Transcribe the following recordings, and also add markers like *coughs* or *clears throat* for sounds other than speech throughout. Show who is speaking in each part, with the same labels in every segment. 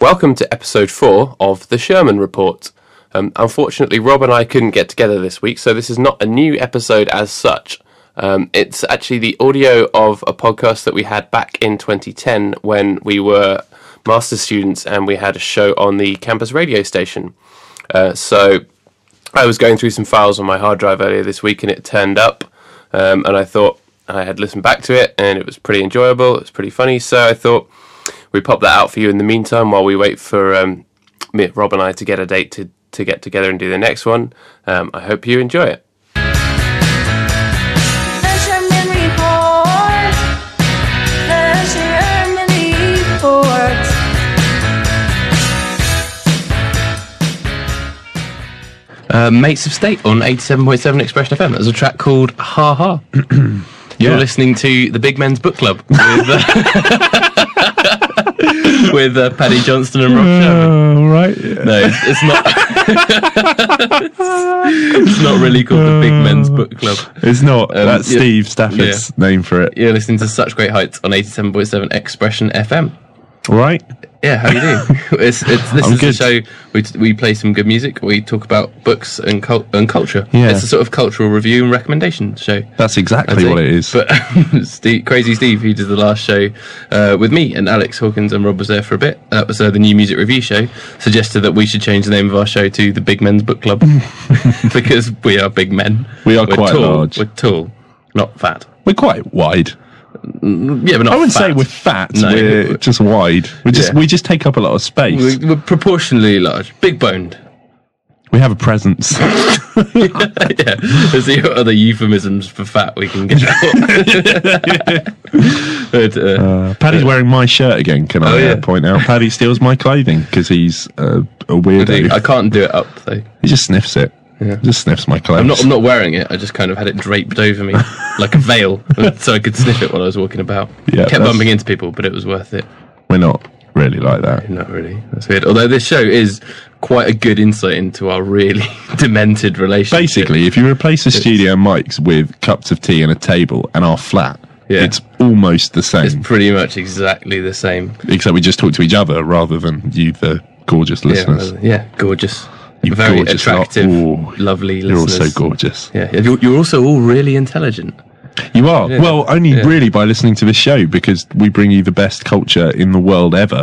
Speaker 1: Welcome to episode four of The Sherman Report. Um, unfortunately, Rob and I couldn't get together this week, so this is not a new episode as such. Um, it's actually the audio of a podcast that we had back in 2010 when we were master's students and we had a show on the campus radio station. Uh, so I was going through some files on my hard drive earlier this week and it turned up, um, and I thought I had listened back to it and it was pretty enjoyable, it was pretty funny, so I thought we pop that out for you in the meantime while we wait for um, me, Rob and I to get a date to, to get together and do the next one. Um, I hope you enjoy it.
Speaker 2: The Sherman Report. The Sherman Report.
Speaker 1: Uh, Mates of State on 87.7 Expression FM. There's a track called Ha Ha. *clears throat* You're
Speaker 3: Yeah.
Speaker 1: listening to The Big Men's Book Club with, uh, *laughs* with uh, Paddy Johnston and Rob Sherman.
Speaker 3: all Oh, right. Yeah.
Speaker 1: No, it's, it's not. *laughs* it's not really called The Big Men's Book Club.
Speaker 3: It's not. That's
Speaker 1: yeah.
Speaker 3: Steve Stafford's name for it.
Speaker 1: You're listening to Such Great Heights on 87.7 Expression FM.
Speaker 3: All right.
Speaker 1: Yeah, how you
Speaker 3: *laughs*
Speaker 1: do? it's, it's, this
Speaker 3: I'm
Speaker 1: is the
Speaker 3: good.
Speaker 1: show. We, t- we play some good music. We talk about books and cult- and culture.
Speaker 3: Yeah.
Speaker 1: it's a sort of cultural review and recommendation show.
Speaker 3: That's
Speaker 1: I
Speaker 3: exactly
Speaker 1: think.
Speaker 3: what it is.
Speaker 1: But *laughs* Steve, Crazy Steve, who did the last show uh, with me and Alex Hawkins and Rob was there for a bit. That was uh, the new music review show. Suggested that we should change the name of our show to the Big Men's Book
Speaker 3: *laughs*
Speaker 1: Club *laughs* because we are big men.
Speaker 3: We are
Speaker 1: We're
Speaker 3: quite
Speaker 1: tall.
Speaker 3: large.
Speaker 1: We're tall, not fat.
Speaker 3: we're quite wide.
Speaker 1: Yeah, but not.
Speaker 3: I wouldn't say
Speaker 1: fat.
Speaker 3: we're fat.
Speaker 1: No.
Speaker 3: We're just wide. We just
Speaker 1: Yeah.
Speaker 3: we just take up a lot of space.
Speaker 1: We're,
Speaker 3: We,
Speaker 1: we're proportionally large, big boned.
Speaker 3: have a *laughs* presence.
Speaker 1: yeah, there's the other euphemisms for fat we can
Speaker 3: *laughs*
Speaker 1: get. but, uh,
Speaker 3: Uh, Paddy's wearing my shirt again. Can I
Speaker 1: Oh,
Speaker 3: uh,
Speaker 1: yeah.
Speaker 3: point out? Paddy steals my clothing because he's uh, a
Speaker 1: I, think-
Speaker 3: weirdo.
Speaker 1: I can't do it up though.
Speaker 3: he just sniffs it. Just sniffs my clothes.
Speaker 1: I'm not. I'm not wearing it. I just kind of had it draped over me *laughs* like a veil, *laughs* so I could sniff it while I was walking about.
Speaker 3: Yeah,
Speaker 1: kept
Speaker 3: that's-
Speaker 1: bumping into people, but it was worth it.
Speaker 3: we're not really like that.
Speaker 1: Not really. That's weird. Although this show is quite a good insight into our really *laughs* demented relationship.
Speaker 3: Basically, if you replace the studio mics with cups of tea and a table and our flat,
Speaker 1: Yeah.
Speaker 3: it's almost the same.
Speaker 1: pretty much exactly the same.
Speaker 3: Except we just talk to each other rather than you, the gorgeous
Speaker 1: Yeah, uh,
Speaker 3: listeners.
Speaker 1: yeah, gorgeous.
Speaker 3: You
Speaker 1: Very
Speaker 3: gorgeous lot.
Speaker 1: attractive,
Speaker 3: Ooh,
Speaker 1: lovely
Speaker 3: You're all
Speaker 1: listeners.
Speaker 3: so gorgeous.
Speaker 1: Yeah, you're, you're also all really intelligent.
Speaker 3: You are.
Speaker 1: Yeah.
Speaker 3: Well, only
Speaker 1: Yeah.
Speaker 3: really by listening to this show because we bring you the best culture in the world ever.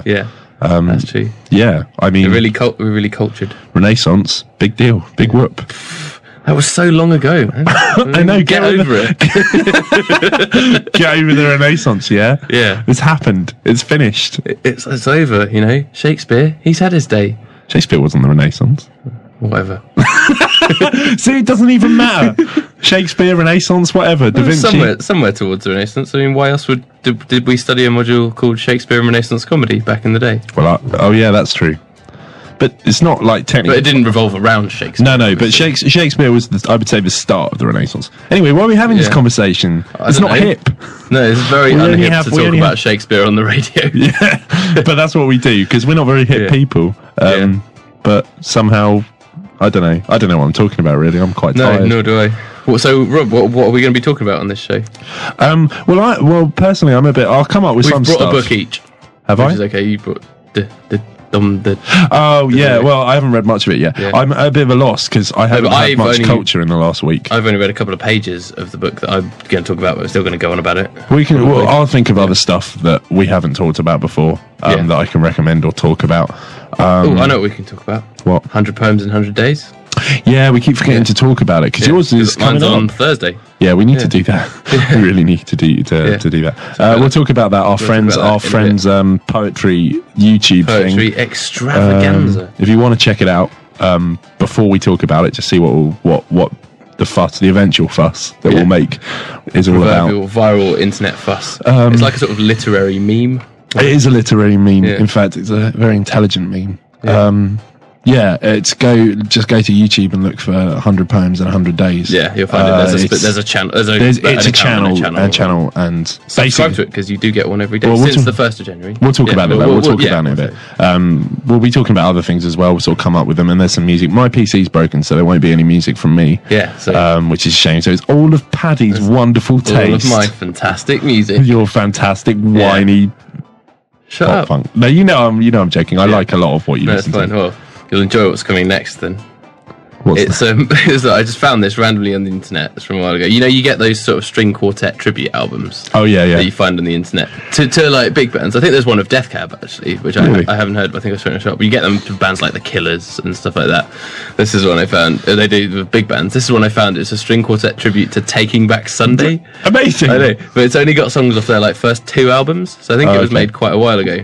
Speaker 3: Um,
Speaker 1: Yeah, that's true.
Speaker 3: Yeah, I mean,
Speaker 1: We're really, cul- we're really cultured.
Speaker 3: Renaissance, big deal, big whoop.
Speaker 1: That was so long ago. man.
Speaker 3: I
Speaker 1: *laughs*
Speaker 3: know,
Speaker 1: Mm, Get
Speaker 3: get
Speaker 1: over it.
Speaker 3: Get
Speaker 1: *laughs*
Speaker 3: over the Renaissance, yeah?
Speaker 1: Yeah.
Speaker 3: It's happened. It's finished.
Speaker 1: It's, it's over, you know. Shakespeare, he's had his day.
Speaker 3: Shakespeare wasn't the Renaissance.
Speaker 1: Whatever.
Speaker 3: See, it doesn't even
Speaker 1: *laughs*
Speaker 3: matter. Shakespeare, Renaissance, whatever. Da Vinci.
Speaker 1: Somewhere, somewhere towards the Renaissance. I mean, why else would did, did we study a module called Shakespeare and Renaissance comedy back in the day?
Speaker 3: Well, I, oh, yeah, that's true. But it's not like technically.
Speaker 1: But it didn't revolve around Shakespeare.
Speaker 3: No, no, but Shakespeare, Shakespeare was, the, I would say, the start of the Renaissance. Anyway, why are we having
Speaker 1: Yeah.
Speaker 3: this conversation?
Speaker 1: I
Speaker 3: It's
Speaker 1: don't
Speaker 3: not
Speaker 1: know.
Speaker 3: hip, *laughs*
Speaker 1: No, it's very
Speaker 3: We only
Speaker 1: unhip
Speaker 3: have-
Speaker 1: to
Speaker 3: we
Speaker 1: talk
Speaker 3: only
Speaker 1: about
Speaker 3: have-
Speaker 1: Shakespeare on the *laughs* radio.
Speaker 3: but that's what we do because we're not very
Speaker 1: Yeah.
Speaker 3: hip people. Um, But somehow, I don't know. I don't know what I'm talking about. Really, I'm quite
Speaker 1: No,
Speaker 3: tired.
Speaker 1: nor do I. Well, so, Rob, what, what are we going to be talking about on this show?
Speaker 3: Um, well, I well personally, I'm a bit. I'll come up with
Speaker 1: We've
Speaker 3: some
Speaker 1: brought a
Speaker 3: stuff.
Speaker 1: book each.
Speaker 3: Have
Speaker 1: Which
Speaker 3: I?
Speaker 1: is okay. You brought the the dumb the.
Speaker 3: oh yeah. Well, I haven't read much of it yet.
Speaker 1: Yeah.
Speaker 3: I'm at a bit of a loss because I haven't
Speaker 1: but
Speaker 3: had
Speaker 1: I've
Speaker 3: much
Speaker 1: only-
Speaker 3: culture in the last week.
Speaker 1: I've only read a couple of pages of the book that I'm going to talk about, but I'm still going to go on about it.
Speaker 3: we can. Well, I'll think of other stuff that we haven't talked about before um,
Speaker 1: Yeah.
Speaker 3: that I can recommend or talk about.
Speaker 1: oh,
Speaker 3: Um,
Speaker 1: I know what we can talk about.
Speaker 3: What?
Speaker 1: Hundred poems in hundred days.
Speaker 3: Yeah, we keep forgetting
Speaker 1: Yeah.
Speaker 3: to talk about it because yours
Speaker 1: Mine's
Speaker 3: is coming
Speaker 1: on
Speaker 3: on.
Speaker 1: Thursday.
Speaker 3: Yeah, we need to do
Speaker 1: *laughs*
Speaker 3: that. we really need to do to,
Speaker 1: Yeah.
Speaker 3: to do that. Uh, we'll talk about that. Our friends,
Speaker 1: about that
Speaker 3: our
Speaker 1: in a
Speaker 3: friends, um, poetry YouTube
Speaker 1: Poetry
Speaker 3: thing. Um,
Speaker 1: extravaganza.
Speaker 3: if you want to check it out um, before we talk about it, just see what we'll, what what the fuss, the eventual fuss that
Speaker 1: Yeah.
Speaker 3: we'll make is all about.
Speaker 1: Proverbial viral internet fuss.
Speaker 3: Um,
Speaker 1: it's like a sort of literary meme.
Speaker 3: It is a literary meme.
Speaker 1: Yeah.
Speaker 3: In fact, it's a very intelligent meme. Um, yeah, it's go just go to YouTube and look for 100 poems in 100 days.
Speaker 1: Yeah, you'll find
Speaker 3: Uh,
Speaker 1: it. There's a,
Speaker 3: it's-
Speaker 1: sp- there's a channel. There's a,
Speaker 3: There's,
Speaker 1: an
Speaker 3: it's a
Speaker 1: account
Speaker 3: channel,
Speaker 1: and
Speaker 3: a channel, and
Speaker 1: Subscribe to
Speaker 3: basically,
Speaker 1: it because you do get one every day
Speaker 3: Well, we'll
Speaker 1: since
Speaker 3: talk-
Speaker 1: the first of January.
Speaker 3: we'll talk
Speaker 1: Yeah,
Speaker 3: about it. Though. We'll, talk
Speaker 1: yeah,
Speaker 3: about it a
Speaker 1: we'll
Speaker 3: bit. Um, we'll be talking about other things as well. We'll sort of come up with them, and there's some music. My PC's broken, so there won't be any music from me.
Speaker 1: Yeah, so-
Speaker 3: um, which is a shame. So it's all of Paddy's wonderful
Speaker 1: All
Speaker 3: *laughs* taste. *laughs*
Speaker 1: of my fantastic music.
Speaker 3: your fantastic whiny
Speaker 4: Shut
Speaker 3: pop
Speaker 4: up.
Speaker 3: punk. No, you know I'm you know I'm joking. I like a lot of what you
Speaker 4: No, it's
Speaker 3: listen
Speaker 4: Oh. fine.
Speaker 3: to.
Speaker 4: Well, you'll enjoy what's coming next then.
Speaker 3: What's
Speaker 4: It's um, *laughs* it's, I just found this randomly on the internet. It's from a while ago. You know, you get those sort of string quartet tribute albums
Speaker 3: oh yeah,
Speaker 4: that
Speaker 3: yeah.
Speaker 4: you find on the internet to, to like big bands. I think there's one of Death Cab actually, which
Speaker 3: Really?
Speaker 4: I, I haven't heard. But I think I saw it in a shop. But you get them to bands like the Killers and stuff like that. This is one I found. uh, They do with big bands. This is one I found. It's a string quartet tribute to Taking
Speaker 3: *laughs*
Speaker 4: Back Sunday.
Speaker 3: Amazing.
Speaker 4: I know, but it's only got songs off their like first two albums. So I think
Speaker 3: Oh,
Speaker 4: it was
Speaker 3: okay.
Speaker 4: made quite a while ago.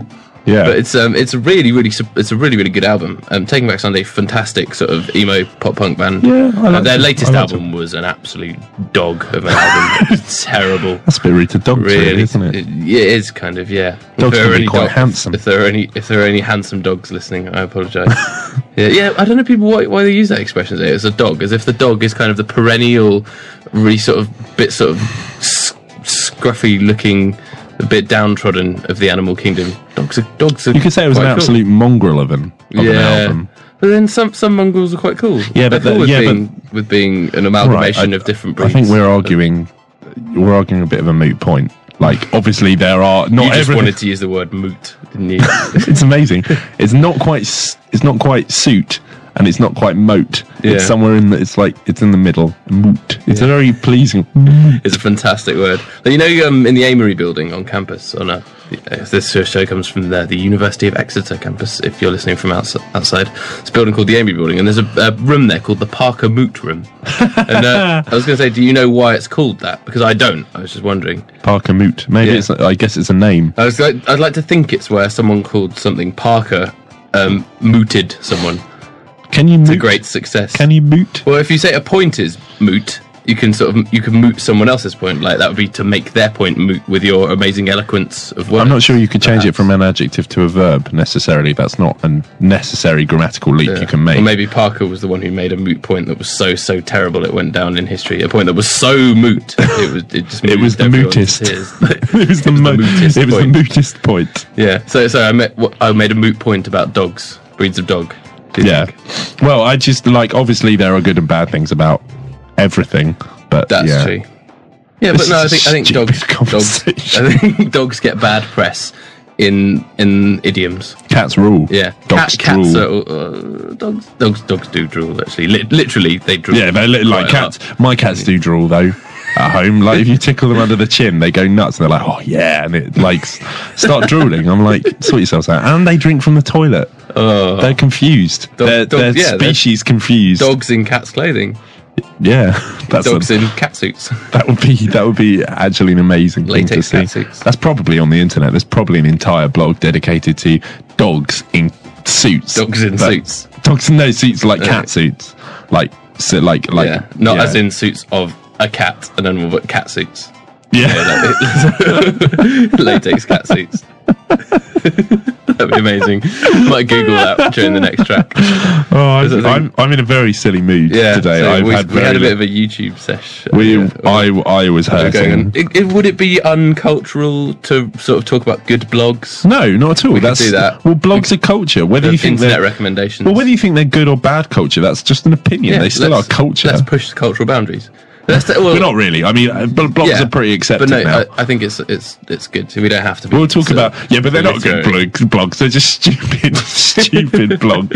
Speaker 3: Yeah.
Speaker 4: But it's um, it's a really, really, su- it's a really, really good album. Um, Taking Back Sunday, fantastic sort of emo pop punk band.
Speaker 3: Yeah, I
Speaker 4: Uh,
Speaker 3: liked
Speaker 4: their
Speaker 3: it.
Speaker 4: latest
Speaker 3: I liked
Speaker 4: album was an absolute dog of an album. *laughs* It's terrible.
Speaker 3: That's a bit rude to dogs, really,
Speaker 4: Really,
Speaker 3: isn't it?
Speaker 4: It- yeah, it is kind of yeah.
Speaker 3: Dogs
Speaker 4: If there
Speaker 3: can
Speaker 4: are
Speaker 3: be
Speaker 4: any
Speaker 3: quite handsome.
Speaker 4: If there are any, if there are any handsome dogs listening,
Speaker 3: *laughs*
Speaker 4: I apologise. yeah, yeah. I don't know people why, why they use that expression. It's a dog, as if the dog is kind of the perennial, really sort of bit sort of sc- scruffy looking, a bit downtrodden of the animal kingdom. Dogs are dogs. Are
Speaker 3: You could say it was an
Speaker 4: quite cool.
Speaker 3: absolute mongrel of an, of an
Speaker 4: Yeah.
Speaker 3: album.
Speaker 4: But then some some mongrels are quite cool.
Speaker 3: Yeah, but
Speaker 4: They're cool
Speaker 3: the-
Speaker 4: with
Speaker 3: yeah, but-
Speaker 4: being, with being an amalgamation of different
Speaker 3: I
Speaker 4: breeds.
Speaker 3: think we're arguing we're arguing a bit of a moot point. Like obviously there are
Speaker 4: You
Speaker 3: not
Speaker 4: just
Speaker 3: everything.
Speaker 4: wanted to use the word moot,
Speaker 3: *laughs*
Speaker 4: didn't you?
Speaker 3: it's amazing. It's not quite. s- It's not quite suit, and it's not quite moat. It's
Speaker 4: Yeah.
Speaker 3: somewhere in. The, it's like it's in the middle. Moot. It's a very pleasing.
Speaker 4: It's a fantastic word. But you know, um, in the Amory building on campus, on a, if this show comes from there, the University of Exeter campus, if you're listening from outs- outside, it's a building called the Amory building, and there's a, a room there called the Parker Moot Room. And uh,
Speaker 3: *laughs*
Speaker 4: I was going to say, do you know why it's called that? Because I don't. I was just wondering.
Speaker 3: Parker moot. Maybe
Speaker 4: Yeah.
Speaker 3: it's. I guess it's a name.
Speaker 4: I was like, I'd like to think it's where someone called something Parker um, mooted someone
Speaker 3: Can you moot?
Speaker 4: to great success.
Speaker 3: Can you moot?
Speaker 4: Well, if you say a point is moot, you can sort of you can moot someone else's point. Like that would be to make their point moot with your amazing eloquence of words.
Speaker 3: I'm not sure you could change it from an adjective to a verb necessarily. That's not a necessary grammatical leap you can make.
Speaker 4: Or maybe Parker was the one who made a moot point that was so so terrible it went down in history. A point that was so moot it was it
Speaker 3: *laughs*
Speaker 4: just
Speaker 3: it was
Speaker 4: moved
Speaker 3: the
Speaker 4: everyone's
Speaker 3: mootest.
Speaker 4: tears.
Speaker 3: *laughs* *laughs* it was the, mo-
Speaker 4: mootest
Speaker 3: It was the
Speaker 4: point.
Speaker 3: mootest point.
Speaker 4: yeah. So so I met wh- I made a moot point about dogs, breeds of dog. Do you
Speaker 3: Yeah.
Speaker 4: think?
Speaker 3: Well, I just like obviously there are good and bad things about everything, but
Speaker 4: That's
Speaker 3: yeah.
Speaker 4: true. Yeah,
Speaker 3: This
Speaker 4: but no, I
Speaker 3: is a
Speaker 4: think I think
Speaker 3: stupid
Speaker 4: dogs, dogs
Speaker 3: conversation.
Speaker 4: I think *laughs* dogs get bad press in in idioms.
Speaker 3: Cats rule.
Speaker 4: Yeah,
Speaker 3: Dogs
Speaker 4: Cat-
Speaker 3: drool.
Speaker 4: cats are, uh, dogs. Dogs dogs do drool. Actually, Lit literally they drool.
Speaker 3: Yeah, they look like
Speaker 4: quite a lot.
Speaker 3: cats. My cats do drool though. At home, like if you tickle them under the chin, they go nuts and they're like, "Oh yeah," and it like s- start drooling. I'm like, "Sort yourselves out." And they drink from the toilet. they're confused.
Speaker 4: Oh. Dog-
Speaker 3: they're
Speaker 4: dog-
Speaker 3: they're
Speaker 4: yeah, they're-
Speaker 3: species confused.
Speaker 4: Dogs in cats clothing.
Speaker 3: yeah, *laughs* that's
Speaker 4: Dogs
Speaker 3: a-
Speaker 4: in cat suits.
Speaker 3: *laughs* that would be that would be actually an amazing thing to
Speaker 4: Latex
Speaker 3: see.
Speaker 4: catsuits.
Speaker 3: That's probably on the internet. There's probably an entire blog dedicated to dogs in suits.
Speaker 4: Dogs in
Speaker 3: But-
Speaker 4: suits.
Speaker 3: Dogs in no suits like cat suits, like so like like
Speaker 4: yeah, not
Speaker 3: yeah.
Speaker 4: as in suits of a cat, an animal, but cat suits. *laughs*
Speaker 3: yeah.
Speaker 4: Latex cat suits. *laughs* That'd be amazing. Might Google that during the next track.
Speaker 3: *laughs* Oh, I'm,
Speaker 4: Doesn't
Speaker 3: I'm, I'm in a very silly mood
Speaker 4: Yeah,
Speaker 3: today.
Speaker 4: so
Speaker 3: I've
Speaker 4: we,
Speaker 3: had
Speaker 4: we had
Speaker 3: very
Speaker 4: a bit
Speaker 3: li-
Speaker 4: of a YouTube sesh.
Speaker 3: we,
Speaker 4: Yeah.
Speaker 3: I, I was
Speaker 4: We're going on.
Speaker 3: hurting.
Speaker 4: It- it- would it be uncultural to sort of talk about good blogs?
Speaker 3: No, not at all. That's
Speaker 4: do that.
Speaker 3: well, blogs are culture. Whether you think
Speaker 4: internet
Speaker 3: they're
Speaker 4: recommendations?
Speaker 3: well, whether you think they're good or bad culture, that's just an opinion.
Speaker 4: Yeah,
Speaker 3: they still are
Speaker 4: let's-
Speaker 3: culture.
Speaker 4: Let's push the cultural boundaries. Let's, well,
Speaker 3: But not really. I mean, uh, bl- blogs
Speaker 4: yeah,
Speaker 3: are pretty accepted
Speaker 4: But no, uh,
Speaker 3: now.
Speaker 4: I, I think it's it's it's good. We don't have to. Be
Speaker 3: We'll talk
Speaker 4: sort of
Speaker 3: about yeah, but they're not good
Speaker 4: literary.
Speaker 3: blog, blogs. They're just stupid, *laughs*
Speaker 4: *laughs*
Speaker 3: stupid blogs.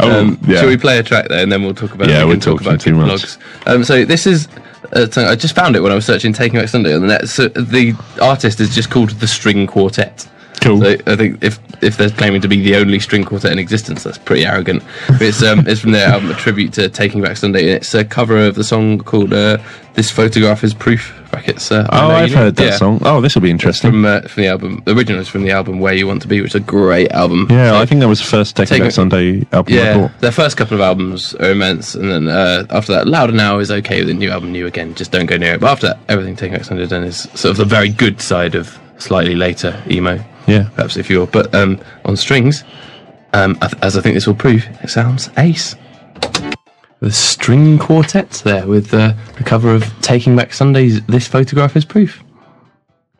Speaker 3: Oh,
Speaker 4: Um,
Speaker 3: yeah.
Speaker 4: Shall we play a track there, and then we'll talk about
Speaker 3: Yeah,
Speaker 4: we
Speaker 3: we're
Speaker 4: can talk
Speaker 3: talking
Speaker 4: about
Speaker 3: too
Speaker 4: good
Speaker 3: much.
Speaker 4: blogs. Um, so this is a song I just found it when I was searching Taking Back Sunday on the net. So the artist is just called the String Quartet.
Speaker 3: Cool.
Speaker 4: So I think if if they're claiming to be the only string quartet in existence, that's pretty arrogant. But it's um it's from their album a tribute to Taking Back Sunday, and it's a cover of the song called uh, "This Photograph Is Proof." Brackets. Uh, I
Speaker 3: oh,
Speaker 4: Know You
Speaker 3: I've
Speaker 4: Know.
Speaker 3: heard that
Speaker 4: Yeah.
Speaker 3: song. Oh, this will be interesting.
Speaker 4: From, uh, from the album, the original is from the album "Where You Want to Be," which is a great album.
Speaker 3: Yeah,
Speaker 4: So-
Speaker 3: I think that was the first Take
Speaker 4: Take
Speaker 3: Back
Speaker 4: it-
Speaker 3: Sunday album I
Speaker 4: yeah,
Speaker 3: bought.
Speaker 4: their first couple of albums are immense, and then uh, after that, Louder Now is okay with the new album, New Again, just don't go near it. But after that, everything Taking Back Sunday Done is sort of the very good side of slightly later emo,
Speaker 3: Yeah.
Speaker 4: perhaps if you're, but um, on strings, um, as- as I think this will prove, it sounds ace. The string quartet there with uh, the cover of Taking Back Sunday's This Photograph is Proof.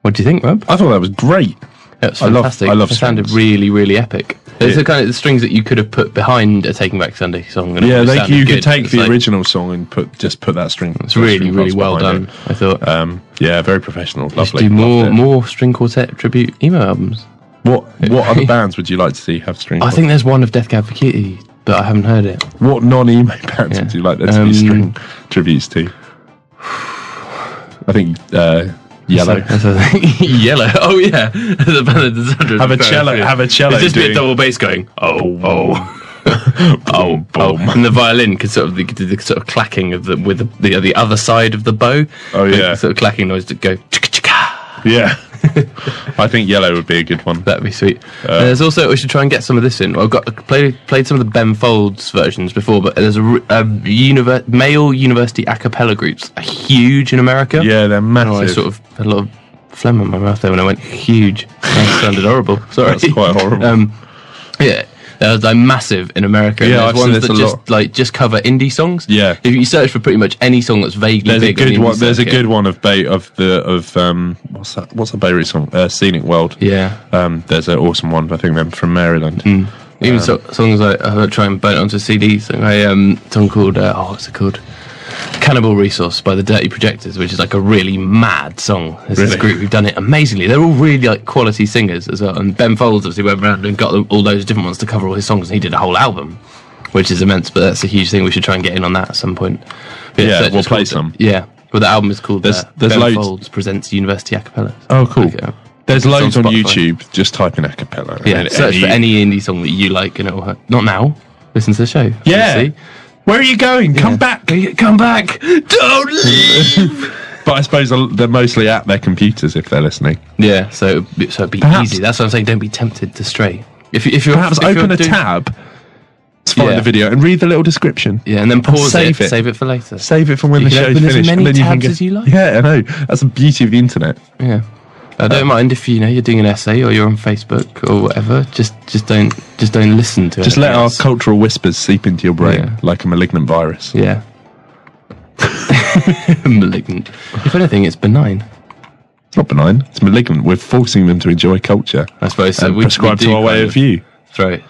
Speaker 4: What do you think, Rob?
Speaker 3: I thought that was great.
Speaker 4: That's
Speaker 3: I love-
Speaker 4: fantastic.
Speaker 3: I love
Speaker 4: It sounded
Speaker 3: strings.
Speaker 4: really, really epic. It's
Speaker 3: Yeah.
Speaker 4: the kind of the strings that you could have put behind a Taking Back Sunday song. And it
Speaker 3: Yeah,
Speaker 4: would have
Speaker 3: like
Speaker 4: sounded
Speaker 3: you
Speaker 4: good.
Speaker 3: could take
Speaker 4: It's
Speaker 3: the
Speaker 4: like-
Speaker 3: original song and put just put that string.
Speaker 4: It's really, really well done. I thought.
Speaker 3: Um, yeah, very professional.
Speaker 4: Just
Speaker 3: Lovely.
Speaker 4: do more,
Speaker 3: Loved it.
Speaker 4: more string quartet tribute emo albums.
Speaker 3: What
Speaker 4: *laughs*
Speaker 3: what other bands would you like to see have string?
Speaker 4: I think there's one of Death Cab for Cutie, but I haven't heard it.
Speaker 3: What non-emo *laughs* bands would you like there to
Speaker 4: Um,
Speaker 3: be string tributes to? I think uh, yellow.
Speaker 4: So- so-
Speaker 3: *laughs*
Speaker 4: *laughs* yellow. Oh yeah, the band of disaster.
Speaker 3: Have a cello. Have a cello.
Speaker 4: It's just be a
Speaker 3: doing-
Speaker 4: double bass going. Oh oh.
Speaker 3: *laughs*
Speaker 4: Oh, *laughs* oh, and the violin could sort of the, the, the sort of clacking of the with the the, the other side of the bow.
Speaker 3: Oh,
Speaker 4: The
Speaker 3: yeah.
Speaker 4: sort of clacking noise to go. chicka-chicka.
Speaker 3: Yeah. *laughs* I think yellow would be a good one.
Speaker 4: That'd be sweet. Uh, there's also we should try and get some of this in. I've got played played some of the Ben Folds versions before, but there's a, r- a univer- male university a cappella groups are huge in America.
Speaker 3: Yeah, they're massive.
Speaker 4: Oh, I sort of had a lot of phlegm in my mouth there when I went huge. That sounded horrible. *laughs* Sorry,
Speaker 3: That's quite horrible.
Speaker 4: Um, yeah. That was like massive in America. and
Speaker 3: Yeah,
Speaker 4: there's
Speaker 3: I've seen
Speaker 4: ones
Speaker 3: this
Speaker 4: that
Speaker 3: a
Speaker 4: just
Speaker 3: lot.
Speaker 4: like just cover indie songs.
Speaker 3: Yeah.
Speaker 4: if you search for pretty much any song that's vaguely
Speaker 3: there's a
Speaker 4: big, on the
Speaker 3: good
Speaker 4: indie
Speaker 3: one. There's a
Speaker 4: circuit.
Speaker 3: good one of Bay of the of um what's that? What's a Beirut song? Uh, Scenic World.
Speaker 4: Yeah, Hmm.
Speaker 3: Um, there's an awesome one. I think them from Maryland.
Speaker 4: even so,
Speaker 3: Um,
Speaker 4: songs like I uh, try and burn it onto CD. So I um, song called uh, oh, what's it called? Cannibal Resource by the Dirty Projectors, which is like a really mad song. This is a
Speaker 3: Really?
Speaker 4: group who've done it amazingly. They're all really like quality singers as well. And Ben Folds obviously went around and got them, all those different ones to cover all his songs, and he did a whole album, which is immense. But that's a huge thing. We should try and get in on that at some point. But
Speaker 3: Yeah,
Speaker 4: so it's
Speaker 3: we'll
Speaker 4: just
Speaker 3: play
Speaker 4: called-
Speaker 3: some.
Speaker 4: Yeah, well, the album is called
Speaker 3: There's-
Speaker 4: uh,
Speaker 3: there's
Speaker 4: Ben
Speaker 3: loads.
Speaker 4: Folds presents University Acapella.
Speaker 3: Oh, cool.
Speaker 4: Okay.
Speaker 3: There's loads on,
Speaker 4: Spotify.
Speaker 3: YouTube. Just type in a cappella.
Speaker 4: Yeah,
Speaker 3: And
Speaker 4: search for any indie song that you like, and it'll hurt. Not now. Listen to the show.
Speaker 3: Yeah.
Speaker 4: See?
Speaker 3: Where are you going? Come back.
Speaker 4: Come back. Don't leave.
Speaker 3: *laughs* But I suppose they're mostly at their computers if they're listening.
Speaker 4: yeah, so so it'd be
Speaker 3: Perhaps-
Speaker 4: easy. That's what I'm saying. Don't be tempted to stray. If you- if you're
Speaker 3: Perhaps
Speaker 4: if
Speaker 3: open
Speaker 4: you're
Speaker 3: a
Speaker 4: doing-
Speaker 3: tab, find
Speaker 4: Yeah.
Speaker 3: the video, and read the little description.
Speaker 4: Yeah, and then pause
Speaker 3: save
Speaker 4: it,
Speaker 3: it.
Speaker 4: Save it for later.
Speaker 3: Save it for when
Speaker 4: You
Speaker 3: the
Speaker 4: can
Speaker 3: show's
Speaker 4: open as
Speaker 3: finished.
Speaker 4: many
Speaker 3: and then you can
Speaker 4: tabs
Speaker 3: go-
Speaker 4: as you like.
Speaker 3: Yeah, I know. That's the beauty of the internet.
Speaker 4: Yeah. I
Speaker 3: Uh,
Speaker 4: don't mind if you know you're doing an essay or you're on Facebook or whatever. Just just don't just don't listen to it.
Speaker 3: Just let our
Speaker 4: else.
Speaker 3: cultural whispers seep into your brain
Speaker 4: Yeah.
Speaker 3: like a malignant virus. *laughs*
Speaker 4: yeah. Malignant. If anything, it's benign.
Speaker 3: It's not benign. It's malignant. We're forcing them to enjoy culture
Speaker 4: I suppose. So
Speaker 3: and
Speaker 4: we,
Speaker 3: prescribe to
Speaker 4: we do
Speaker 3: our way
Speaker 4: kind
Speaker 3: of view.
Speaker 4: throw it,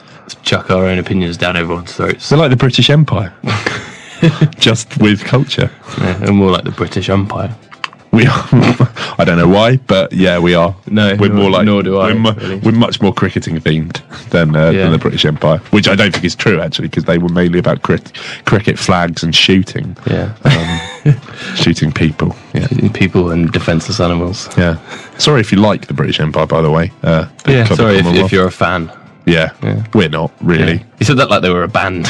Speaker 4: chuck our own opinions down everyone's throats.
Speaker 3: We're like the British
Speaker 4: *laughs*
Speaker 3: Empire, just with culture.
Speaker 4: Yeah, and more like the British Empire.
Speaker 3: We are. *laughs* I don't know why, but yeah, we are.
Speaker 4: No,
Speaker 3: we're
Speaker 4: nor-
Speaker 3: more like.
Speaker 4: nor do I,
Speaker 3: We're, mu-
Speaker 4: really.
Speaker 3: we're much more cricketing themed than uh,
Speaker 4: Yeah.
Speaker 3: than the British Empire, which I don't think is true actually, because they were mainly about cri- cricket flags and shooting, um,
Speaker 4: Yeah. *laughs*
Speaker 3: shooting people. Yeah,
Speaker 4: People and defenseless animals.
Speaker 3: yeah. Sorry if you like the British Empire, by the way. Uh, the
Speaker 4: Yeah,
Speaker 3: Club of
Speaker 4: sorry if,
Speaker 3: Commonwealth.
Speaker 4: if you're a fan.
Speaker 3: Yeah.
Speaker 4: Yeah.
Speaker 3: we're not really.
Speaker 4: You said that like they were a band.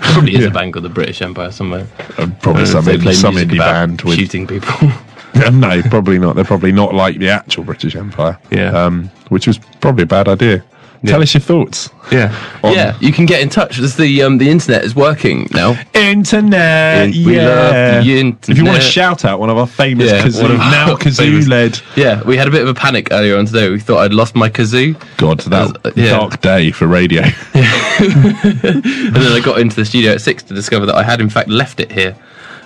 Speaker 4: Probably is a band called the British Empire somewhere.
Speaker 3: Uh, Probably some
Speaker 4: They play
Speaker 3: some
Speaker 4: music
Speaker 3: indie
Speaker 4: about
Speaker 3: band with
Speaker 4: shooting people.
Speaker 3: Uh, no, probably not. They're probably not like the actual British Empire.
Speaker 4: Yeah.
Speaker 3: Um, which was probably a bad idea. Tell us your thoughts.
Speaker 4: yeah,
Speaker 3: On-
Speaker 4: yeah. You can get in touch. There's the um, the internet is working now.
Speaker 3: Internet.
Speaker 4: In- we love the internet.
Speaker 3: If you want to shout out one of our famous
Speaker 4: Yeah,
Speaker 3: kazoo,
Speaker 4: one of our
Speaker 3: now
Speaker 4: famous-
Speaker 3: kazoo led.
Speaker 4: Yeah, we had a bit of a panic earlier on today. We thought I'd lost my kazoo.
Speaker 3: God, that
Speaker 4: Uh, yeah. Um,
Speaker 3: dark day for
Speaker 4: *laughs*
Speaker 3: radio.
Speaker 4: And then I got into the studio at six to discover that I had in fact left it here.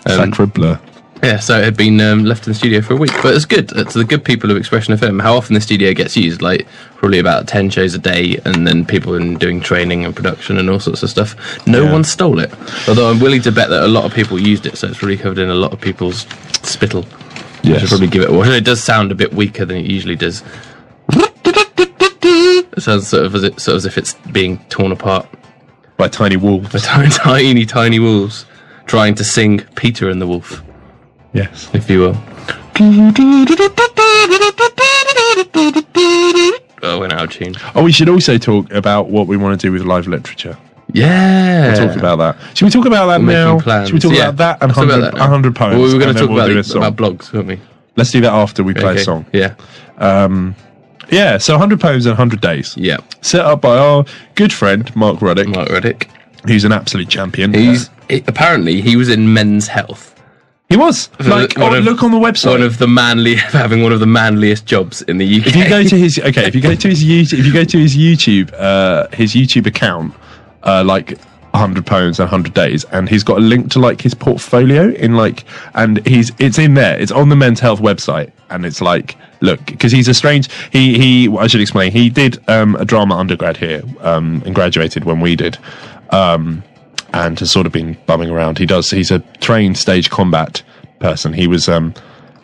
Speaker 3: Sacre bleu.
Speaker 4: Yeah, so it had been um, left in the studio for a week, but it's good. Uh, To the good people of Expression FM, how often the studio gets used, like probably about ten shows a day, and then people in doing training and production and all sorts of stuff. No
Speaker 3: Yeah.
Speaker 4: one stole it, although I'm willing to bet that a lot of people used it, so it's really covered in a lot of people's spittle. I should
Speaker 3: Yes.
Speaker 4: probably give it a wash. It does sound a bit weaker than it usually does. It sounds sort of as if, sort of as if it's being torn apart *laughs*
Speaker 3: By Tiny Wolves.
Speaker 4: by tiny, tiny, tiny wolves trying to sing Peter and the Wolf,
Speaker 3: Yes.
Speaker 4: if you will. Oh, I went out of tune.
Speaker 3: Oh, we should also talk about what we want to do with live literature.
Speaker 4: Yeah.
Speaker 3: We'll talk about that. Should we talk about that
Speaker 4: Making
Speaker 3: now?
Speaker 4: plans.
Speaker 3: Should we talk
Speaker 4: Yeah.
Speaker 3: about that and
Speaker 4: Let's talk about
Speaker 3: 100,
Speaker 4: that now.
Speaker 3: 100 poems?
Speaker 4: Well, we were going
Speaker 3: and
Speaker 4: to
Speaker 3: then
Speaker 4: talk about,
Speaker 3: do a
Speaker 4: the-
Speaker 3: song.
Speaker 4: about blogs, weren't we?
Speaker 3: Let's do that after we play a
Speaker 4: Okay.
Speaker 3: song.
Speaker 4: Yeah.
Speaker 3: Yeah, so 100 poems in 100 days.
Speaker 4: Yeah.
Speaker 3: Set up by our good friend, Mark Ruddick,
Speaker 4: Mark Reddick.
Speaker 3: who's an absolute champion.
Speaker 4: He's he- apparently he was in Men's Health.
Speaker 3: he was. Like,
Speaker 4: One
Speaker 3: oh,
Speaker 4: of-
Speaker 3: look on the website.
Speaker 4: One of the manly, *laughs* having one of the manliest jobs in the UK.
Speaker 3: if you go to his okay, if you go to his YouTube, if you go to his YouTube, uh, his YouTube account, uh, like 100 pounds and 100 days, and he's got a link to like his portfolio in like, and he's it's in there. It's on the men's health website, and it's like, look, because he's a strange. He he. well, I should explain. He did um, a drama undergrad here, um, and graduated when we did. Um, and has sort of been bumming around. He does. He's a trained stage combat person. He was um,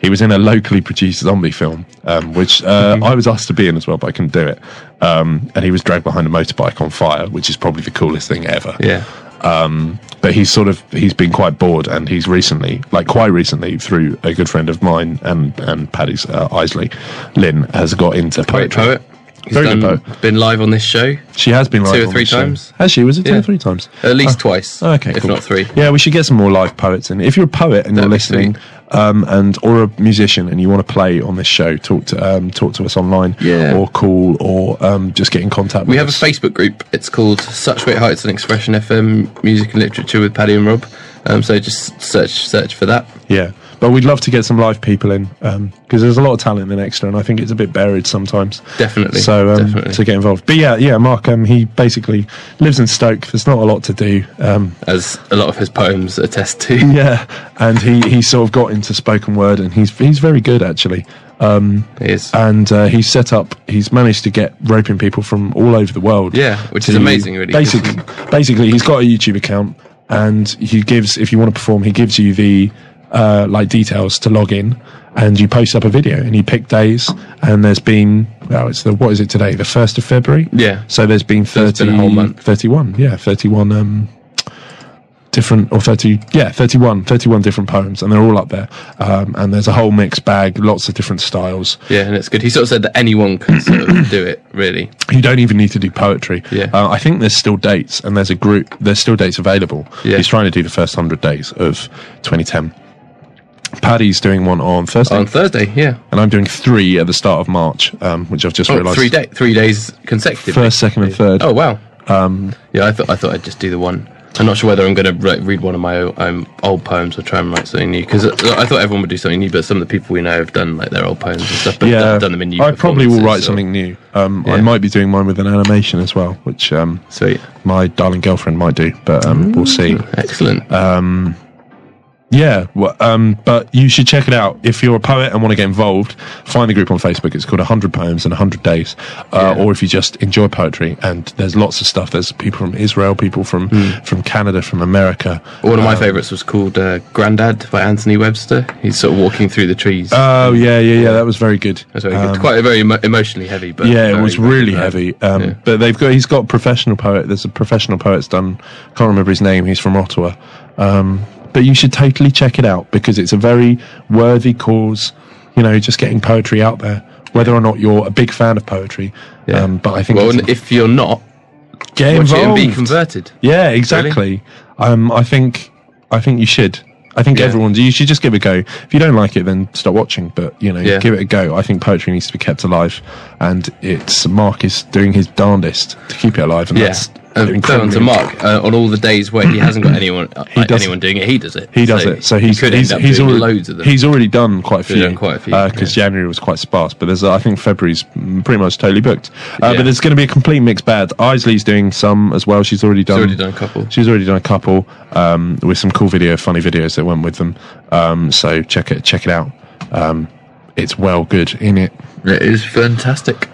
Speaker 3: He was in a locally produced zombie film, um, which
Speaker 4: Mm-hmm.
Speaker 3: uh, I was asked to be in as well, but I couldn't do it. Um, and he was dragged behind a motorbike on fire, which is probably the coolest thing ever
Speaker 4: Yeah.
Speaker 3: but he's sort of he's been quite bored and he's recently like quite recently through a good friend of mine and and paddy's uh, isley lynn has got into
Speaker 4: Great
Speaker 3: poetry
Speaker 4: poet. He's
Speaker 3: Very good
Speaker 4: done,
Speaker 3: poet.
Speaker 4: been live on this show.
Speaker 3: she has been live
Speaker 4: or
Speaker 3: on
Speaker 4: three
Speaker 3: the show.
Speaker 4: times?
Speaker 3: has she was it two
Speaker 4: Yeah.
Speaker 3: or three times
Speaker 4: At least twice.
Speaker 3: Oh, okay
Speaker 4: If
Speaker 3: cool.
Speaker 4: not three.
Speaker 3: yeah we should get some more live poets in if you're a poet and you're
Speaker 4: That'd be
Speaker 3: listening um, and or a musician and you want to play on this show talk to um, talk to us online
Speaker 4: Yeah.
Speaker 3: or call or um, just get in contact with
Speaker 4: We have a
Speaker 3: us.
Speaker 4: Facebook group. It's called Such Great Heights and Expression FM Music and Literature with Paddy and Rob. Um, so just search search for that.
Speaker 3: Yeah, but we'd love to get some live people in because there's a lot of talent in Exeter, and I think it's a bit buried sometimes.
Speaker 4: Definitely,
Speaker 3: So um,
Speaker 4: definitely.
Speaker 3: to get involved, but yeah, yeah, Mark, um, he basically lives in Stoke. There's not a lot to do. Um, *laughs*
Speaker 4: as a lot of his poems attest to.
Speaker 3: yeah, and he he sort of got into spoken word, and he's he's very good actually.
Speaker 4: Yes.
Speaker 3: And uh, he's set up. He's managed to get roping people from all over the world.
Speaker 4: Yeah, which is
Speaker 3: to-
Speaker 4: amazing, really, 'cause
Speaker 3: Basically, basically, he's got a YouTube account, and he gives if you want to perform, he gives you the uh, like details to log in, and you post up a video, and you pick days, and there's been oh, it's the what is it today, the first of February,
Speaker 4: Yeah.
Speaker 3: So there's been
Speaker 4: There's
Speaker 3: thirty,
Speaker 4: been a whole month.
Speaker 3: thirty-one, yeah, thirty-one. Um, different or 30 yeah 31 31 different poems and they're all up there um, and there's a whole mixed bag lots of different styles
Speaker 4: *laughs* yeah, and it's good. He sort of said that anyone can sort of do it,
Speaker 3: *coughs*
Speaker 4: really.
Speaker 3: you don't even need to do poetry.
Speaker 4: Yeah.
Speaker 3: Uh, I think there's still dates, and there's a group. There's still dates available.
Speaker 4: Yeah.
Speaker 3: He's trying to do the first hundred days of 2010. Paddy's doing one on Thursday,
Speaker 4: On Thursday, yeah.
Speaker 3: and I'm doing three at the start of March, um, which I've just
Speaker 4: Oh,
Speaker 3: realised.
Speaker 4: three day, three days consecutively.
Speaker 3: First, Um, second, and third.
Speaker 4: Oh wow. yeah, I thought I thought I'd just do the one. I'm not sure whether I'm going to re- read one of my o- um, old poems or try and write something new because I thought everyone would do something new, but some of the people we know have done like their old poems and stuff. But
Speaker 3: yeah,
Speaker 4: have done them in new.
Speaker 3: I probably will write
Speaker 4: performances, so-
Speaker 3: something new. Um, I
Speaker 4: Yeah.
Speaker 3: might be doing mine with an animation as well, which um,
Speaker 4: Sweet,
Speaker 3: my darling girlfriend might do, but um, we'll see.
Speaker 4: excellent.
Speaker 3: Uh, Yeah, well, um, but you should check it out. If you're a poet and want to get involved, find the group on Facebook. It's called 100 Poems and 100 Days. Uh,
Speaker 4: Yeah.
Speaker 3: Or if you just enjoy poetry, and there's lots of stuff. There's people from Israel, people from,
Speaker 4: Hmm.
Speaker 3: from Canada, from America.
Speaker 4: one of my favourites was called uh, "Grandad" by Anthony Webster. He's sort of walking through the trees.
Speaker 3: Oh, yeah, yeah, yeah. That was very good.
Speaker 4: That's very good. Quite a very emo- emotionally heavy, but
Speaker 3: Um, Yeah, it
Speaker 4: very,
Speaker 3: was
Speaker 4: very
Speaker 3: really
Speaker 4: good.
Speaker 3: heavy. Um,
Speaker 4: Yeah.
Speaker 3: But they've got he's got a professional poet. There's a professional poet's done. Can't remember his name. He's from Ottawa. Um, but you should totally check it out because it's a very worthy cause. You know, just getting poetry out there, whether or not you're a big fan of poetry.
Speaker 4: Yeah.
Speaker 3: Um, but I think
Speaker 4: Well,
Speaker 3: it's-
Speaker 4: and if you're not,
Speaker 3: get
Speaker 4: watch it and
Speaker 3: involved.
Speaker 4: be converted.
Speaker 3: yeah, exactly. Um, I think I think you should. I think
Speaker 4: Yeah.
Speaker 3: everyone you should just give it a go. If you don't like it, then stop watching. But you know,
Speaker 4: Yeah.
Speaker 3: give it a go. I think poetry needs to be kept alive, and it's Mark is doing his darndest to keep it alive. And
Speaker 4: Yes.
Speaker 3: that's
Speaker 4: Um, fair on to
Speaker 3: uh, incredibly-
Speaker 4: Mark uh, on all the days where he hasn't got
Speaker 3: *clears throat*
Speaker 4: anyone like,
Speaker 3: does it.
Speaker 4: anyone doing it. He does it.
Speaker 3: He does it. So he's
Speaker 4: he could
Speaker 3: he's,
Speaker 4: end up
Speaker 3: he's
Speaker 4: doing
Speaker 3: already
Speaker 4: loads of them.
Speaker 3: He's already done quite a
Speaker 4: He's
Speaker 3: few.
Speaker 4: done quite a few,
Speaker 3: because January was quite sparse. But there's uh, I think February's mm, pretty much totally booked. Uh,
Speaker 4: Yeah.
Speaker 3: But there's going to be a complete mixed bag. Isley's doing some as well. She's already done.
Speaker 4: already done a couple.
Speaker 3: She's already done a couple um, with some cool video, funny videos that went with them. Um, so check it check it out. Um, it's well good in it.
Speaker 4: it is fantastic.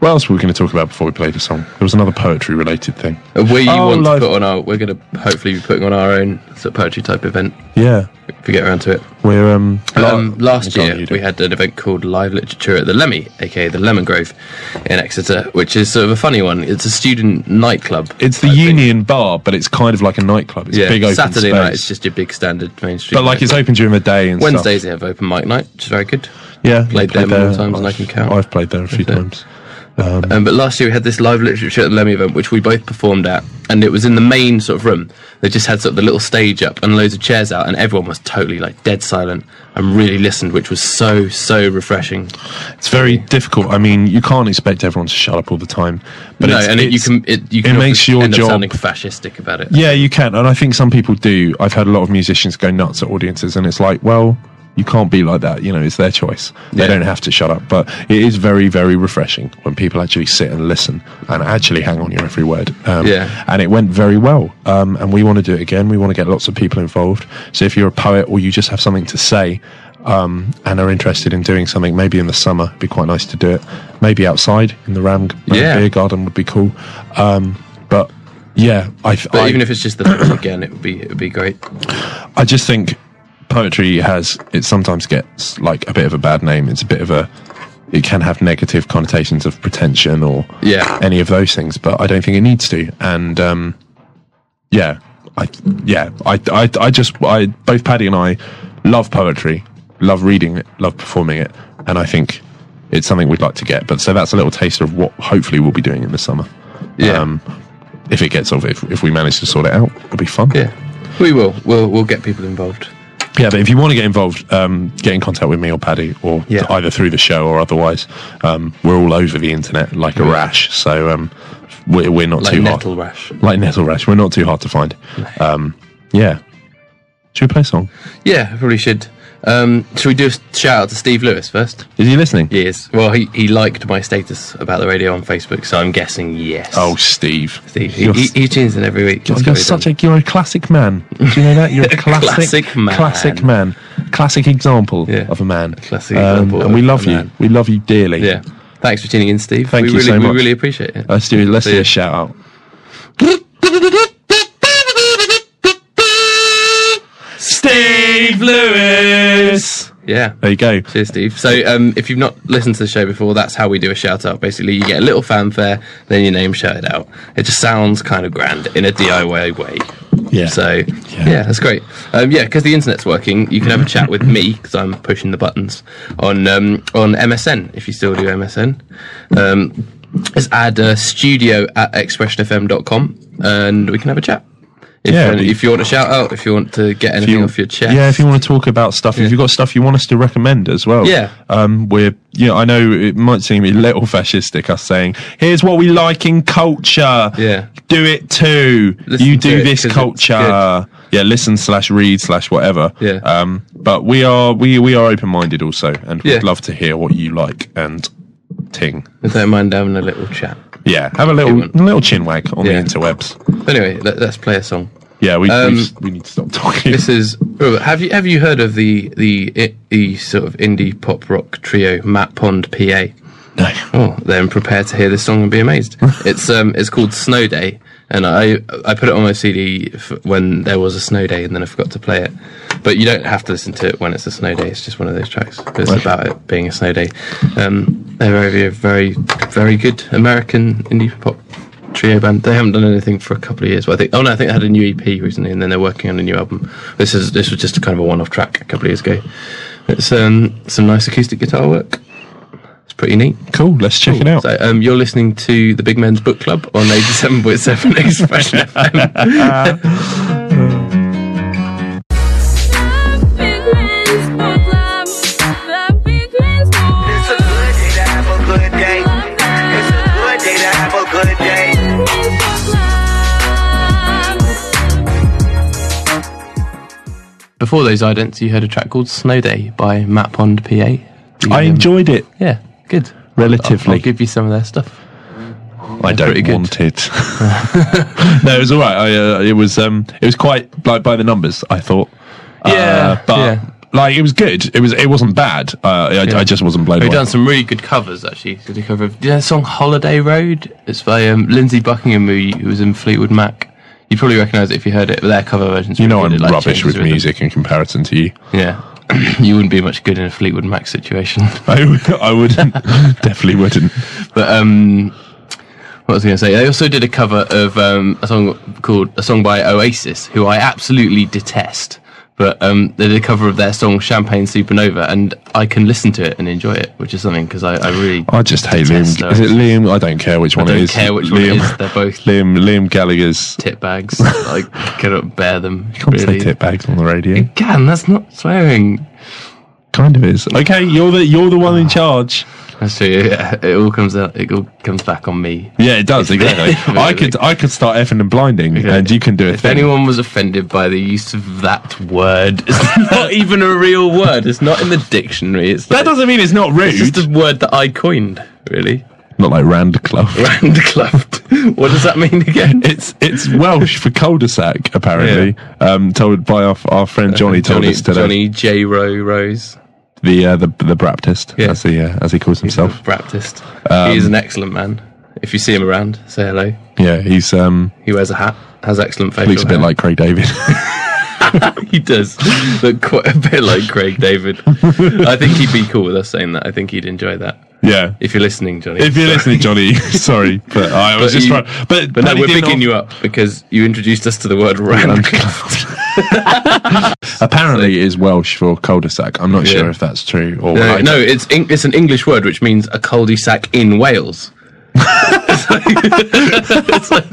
Speaker 3: What else were we going to talk about before we played the song? There was another poetry related thing.
Speaker 4: Uh, We
Speaker 3: Oh,
Speaker 4: want
Speaker 3: live-
Speaker 4: to put on our. We're going to hopefully be putting on our own sort of poetry type event
Speaker 3: Yeah,
Speaker 4: if we get around to it.
Speaker 3: we're um,
Speaker 4: Um,
Speaker 3: la-
Speaker 4: last
Speaker 3: Go on,
Speaker 4: year
Speaker 3: you do.
Speaker 4: we had an event called Live Literature at the Lemmy, aka the Lemon Grove, in Exeter, which is sort of a funny one. It's a student nightclub.
Speaker 3: It's the
Speaker 4: type thing.
Speaker 3: Union Bar, but it's kind of like a nightclub. It's a
Speaker 4: Yeah,
Speaker 3: big open
Speaker 4: Saturday
Speaker 3: space.
Speaker 4: night. It's just your big standard mainstream.
Speaker 3: but like it's
Speaker 4: nightclub.
Speaker 3: open during the day and stuff.
Speaker 4: Wednesdays they have open mic night, which is very good.
Speaker 3: Yeah,
Speaker 4: Played
Speaker 3: I
Speaker 4: there more
Speaker 3: there.
Speaker 4: times than I
Speaker 3: I've-
Speaker 4: can count.
Speaker 3: I've played there a few
Speaker 4: Yeah.
Speaker 3: times.
Speaker 4: Um, but last year we had this live literature at the Lemmy event, which we both performed at, and it was in the main sort of room. They just had sort of the little stage up and loads of chairs out, and everyone was totally like dead silent and really listened, which was so so refreshing.
Speaker 3: It's very difficult. I mean, you can't expect everyone to shut up all the time. But
Speaker 4: no,
Speaker 3: it's,
Speaker 4: and it, you
Speaker 3: it's-
Speaker 4: can it, you can
Speaker 3: makes
Speaker 4: obviously
Speaker 3: your
Speaker 4: end
Speaker 3: job-
Speaker 4: up sounding fascistic about it.
Speaker 3: Yeah, you can, and I think some people do. I've had a lot of musicians go nuts at audiences, and it's like, well, you can't be like that. You know, it's their choice. They
Speaker 4: Yeah.
Speaker 3: don't have to shut up. But it is very, very refreshing when people actually sit and listen and actually hang on your every word. Um,
Speaker 4: Yeah.
Speaker 3: And it went very well. Um, and we want to do it again. We want to get lots of people involved. So if you're a poet or you just have something to say. Um, and are interested in doing something maybe in the summer it'd be quite nice to do it maybe outside in the ram, Ram
Speaker 4: Yeah.
Speaker 3: beer garden would be cool um, but yeah I,
Speaker 4: But
Speaker 3: I,
Speaker 4: even if it's just the again, it would be it would be great.
Speaker 3: I just think poetry has it sometimes gets like a bit of a bad name. It's a bit of a it can have negative connotations of pretension or
Speaker 4: Yeah.
Speaker 3: any of those things, but I don't think it needs to. And um, yeah, I yeah I, I I just I both Paddy and I love poetry, love reading it, love performing it, and I think it's something we'd like to get. But so that's a little taster of what hopefully we'll be doing in the summer.
Speaker 4: Yeah.
Speaker 3: um, if it gets off, if, if we manage to sort it out, it'll be fun.
Speaker 4: Yeah, we will. We'll we'll get people involved.
Speaker 3: Yeah, but if you want to get involved, um, get in contact with me or Paddy, or
Speaker 4: Yeah.
Speaker 3: either through the show or otherwise. Um, we're all over the internet like a rash, so um, we're, we're not
Speaker 4: Mm. Like
Speaker 3: too
Speaker 4: nettle
Speaker 3: hard.
Speaker 4: rash.
Speaker 3: Like nettle rash, we're not too hard to find. Um, yeah, should we play a song?
Speaker 4: Yeah, probably should. Um, should we do a shout out to Steve Lewis first?
Speaker 3: Is he listening?
Speaker 4: Yes. Well, he, he liked my status about the radio on Facebook, so I'm guessing yes.
Speaker 3: Oh, Steve,
Speaker 4: Steve, he,
Speaker 3: you're,
Speaker 4: he, he tunes in every week.
Speaker 3: God,
Speaker 4: That's
Speaker 3: you're
Speaker 4: what he
Speaker 3: such
Speaker 4: does.
Speaker 3: a you're a classic man. Do you know
Speaker 4: *laughs*
Speaker 3: that? You're a classic,
Speaker 4: Classic man.
Speaker 3: classic man, classic example
Speaker 4: Yeah.
Speaker 3: of a man. Um,
Speaker 4: Classic example
Speaker 3: and we
Speaker 4: of
Speaker 3: love
Speaker 4: a
Speaker 3: you.
Speaker 4: man.
Speaker 3: We love you dearly.
Speaker 4: yeah. Thanks for tuning in, Steve.
Speaker 3: Thank
Speaker 4: we
Speaker 3: you
Speaker 4: really,
Speaker 3: so much. Uh,
Speaker 4: We really appreciate it.
Speaker 3: Let's do. Let's do
Speaker 4: Yeah.
Speaker 3: a shout out. Steve Lewis.
Speaker 4: Yeah.
Speaker 3: There you go.
Speaker 4: Cheers, Steve. So, um, if you've not listened to the show before, that's how we do a shout out. Basically, you get a little fanfare, then your name shouted out. It just sounds kind of grand in a DIY way.
Speaker 3: Yeah.
Speaker 4: So, yeah, that's great. Um, yeah, because the internet's working, you can have a chat with me because I'm pushing the buttons on um, on MSN if you still do MSN. Um, let's add uh, studio at expressionfm.com and we can have a chat. If,
Speaker 3: Yeah,
Speaker 4: you,
Speaker 3: we-
Speaker 4: if you want a shout out, if you want to get anything
Speaker 3: you-
Speaker 4: off your chest,
Speaker 3: Yeah, if you want to talk about stuff,
Speaker 4: Yeah.
Speaker 3: if you've got stuff you want us to recommend as well.
Speaker 4: Yeah.
Speaker 3: Um, we're, you know, I know it might seem a little fascistic us saying, here's what we like in culture.
Speaker 4: Yeah.
Speaker 3: Do it too.
Speaker 4: Listen
Speaker 3: you
Speaker 4: to
Speaker 3: do
Speaker 4: it
Speaker 3: this
Speaker 4: 'cause it's
Speaker 3: culture. Yeah, listen slash read slash whatever.
Speaker 4: Yeah.
Speaker 3: Um, but we are, we, we are open minded also, and
Speaker 4: Yeah.
Speaker 3: we'd love to hear what you like and ting.
Speaker 4: don't mind having a little chat.
Speaker 3: Yeah. Have a little,
Speaker 4: Human.
Speaker 3: little chin wag on
Speaker 4: Yeah.
Speaker 3: the interwebs.
Speaker 4: Anyway, let, let's play a song.
Speaker 3: Yeah. We,
Speaker 4: Um,
Speaker 3: we, we need to stop talking.
Speaker 4: This is Robert, have you have you heard of the the i- the sort of indie pop rock trio Matt Pond PA?
Speaker 3: *laughs* No.
Speaker 4: Oh, then prepare to hear this song and be amazed. it's um it's called Snow Day, and I I put it on my CD f- when there was a snow day, and then I forgot to play it. But you don't have to listen to it when it's a snow day. It's just one of those tracks. It's
Speaker 3: Okay.
Speaker 4: about it being a snow day. Um, they're very very very good American indie pop trio band. They haven't done anything for a couple of years. But I think oh no, I think they had a new EP recently, and then they're working on a new album. This is this was just kind of a one off track a couple of years ago. It's um some nice acoustic guitar work. It's pretty neat.
Speaker 3: Cool. Let's check it out.
Speaker 4: So um, you're listening to the Big Men's Book Club on *laughs* 87.7 Expression FM.
Speaker 5: It's a good day to have a good day. It's a good day to have a good day.
Speaker 4: Before those idents, you heard a track called Snow Day by Matt Pond PA. The,
Speaker 3: I
Speaker 4: um,
Speaker 3: enjoyed it.
Speaker 4: Yeah, good. I'll,
Speaker 3: Relatively.
Speaker 4: I'll give you some of their stuff.
Speaker 3: I
Speaker 4: pretty
Speaker 3: don't
Speaker 4: good.
Speaker 3: want it. *laughs* no, it was all right. I, uh, it was um, it was quite like by the numbers. I thought.
Speaker 4: Uh,
Speaker 3: Uh,
Speaker 4: Yeah,
Speaker 3: but
Speaker 4: yeah.
Speaker 3: like it was good. It was it wasn't bad. Uh, I, I just wasn't blown
Speaker 4: We've
Speaker 3: away.
Speaker 4: done some really good covers actually. Did a cover of you know, the song Holiday Road. It's by um, Lindsay Buckingham, who, who was in Fleetwood Mac. You'd probably recognise it if you heard it, but their cover version's
Speaker 3: you
Speaker 4: really
Speaker 3: know,
Speaker 4: good.
Speaker 3: I'm
Speaker 4: It, like,
Speaker 3: rubbish
Speaker 4: changes
Speaker 3: with
Speaker 4: rhythm.
Speaker 3: music in comparison to you. *laughs*
Speaker 4: Yeah, *clears throat* you wouldn't be much good in a Fleetwood Mac situation. *laughs*
Speaker 3: I, I wouldn't. definitely wouldn't.
Speaker 4: But um, what was I going to say? They also did a cover of um, a song called a song by Oasis, who I absolutely detest. But um, they did a cover of their song Champagne Supernova, and I can listen to it and enjoy it, which is something because I, I really
Speaker 3: I just hate
Speaker 4: Detest
Speaker 3: Liam.
Speaker 4: those.
Speaker 3: Is it Liam? I don't care which one
Speaker 4: don't
Speaker 3: it is.
Speaker 4: care which
Speaker 3: Liam,
Speaker 4: one it is. They're both
Speaker 3: *laughs* Liam. Liam Gallagher's.
Speaker 4: tit bags. I cannot bear them.
Speaker 3: Can't
Speaker 4: really.
Speaker 3: say tit bags on the radio.
Speaker 4: Can that's not swearing.
Speaker 3: Kind of is. Okay, you're the you're the one in charge.
Speaker 4: That's true. Yeah, it all comes out. It all comes back on me.
Speaker 3: Yeah, it does exactly.
Speaker 4: *laughs* Really?
Speaker 3: I could I could start effing and blinding, and you can do a
Speaker 4: If
Speaker 3: thing.
Speaker 4: anyone was offended by the use of that word, it's *laughs* not even a real word. It's not in the dictionary. It's
Speaker 3: that
Speaker 4: like-
Speaker 3: doesn't mean it's not rude.
Speaker 4: It's just a word that I coined, really. *laughs*
Speaker 3: not like Rand Clough.
Speaker 4: Randcluffed. *laughs* what does that mean again?
Speaker 3: *laughs* It's it's Welsh for cul-de-sac, apparently. Um, told by our, our friend Johnny told
Speaker 4: Uh, Johnny,
Speaker 3: us today.
Speaker 4: Johnny J. Rowe Rose,
Speaker 3: The uh, the the Baptist,
Speaker 4: Yeah.
Speaker 3: as he uh, as he calls himself.
Speaker 4: Baptist. he is an excellent man. If you see him around, say hello.
Speaker 3: Yeah, he's um
Speaker 4: He wears a hat, has excellent facial
Speaker 3: looks a bit
Speaker 4: hair.
Speaker 3: like Craig David.
Speaker 4: *laughs* he does look quite a bit like Craig
Speaker 3: *laughs*
Speaker 4: David. I think he'd be cool with us saying that. I think he'd enjoy that.
Speaker 3: *laughs* Yeah.
Speaker 4: If you're listening, Johnny.
Speaker 3: If you're listening, Johnny, *laughs* sorry, but I was
Speaker 4: But
Speaker 3: just
Speaker 4: you-
Speaker 3: trying. But,
Speaker 4: But no,
Speaker 3: Paddy
Speaker 4: we're
Speaker 3: didn't
Speaker 4: picking
Speaker 3: al-
Speaker 4: you up because you introduced us to the word
Speaker 3: *laughs*
Speaker 4: Randcloud. *laughs*
Speaker 3: Apparently, it is Welsh for cul-de-sac. I'm not
Speaker 4: Yeah.
Speaker 3: sure if that's true or
Speaker 4: No,
Speaker 3: I-
Speaker 4: no, it's Eng- it's an English word which means a cul-de-sac in Wales. *laughs* it's like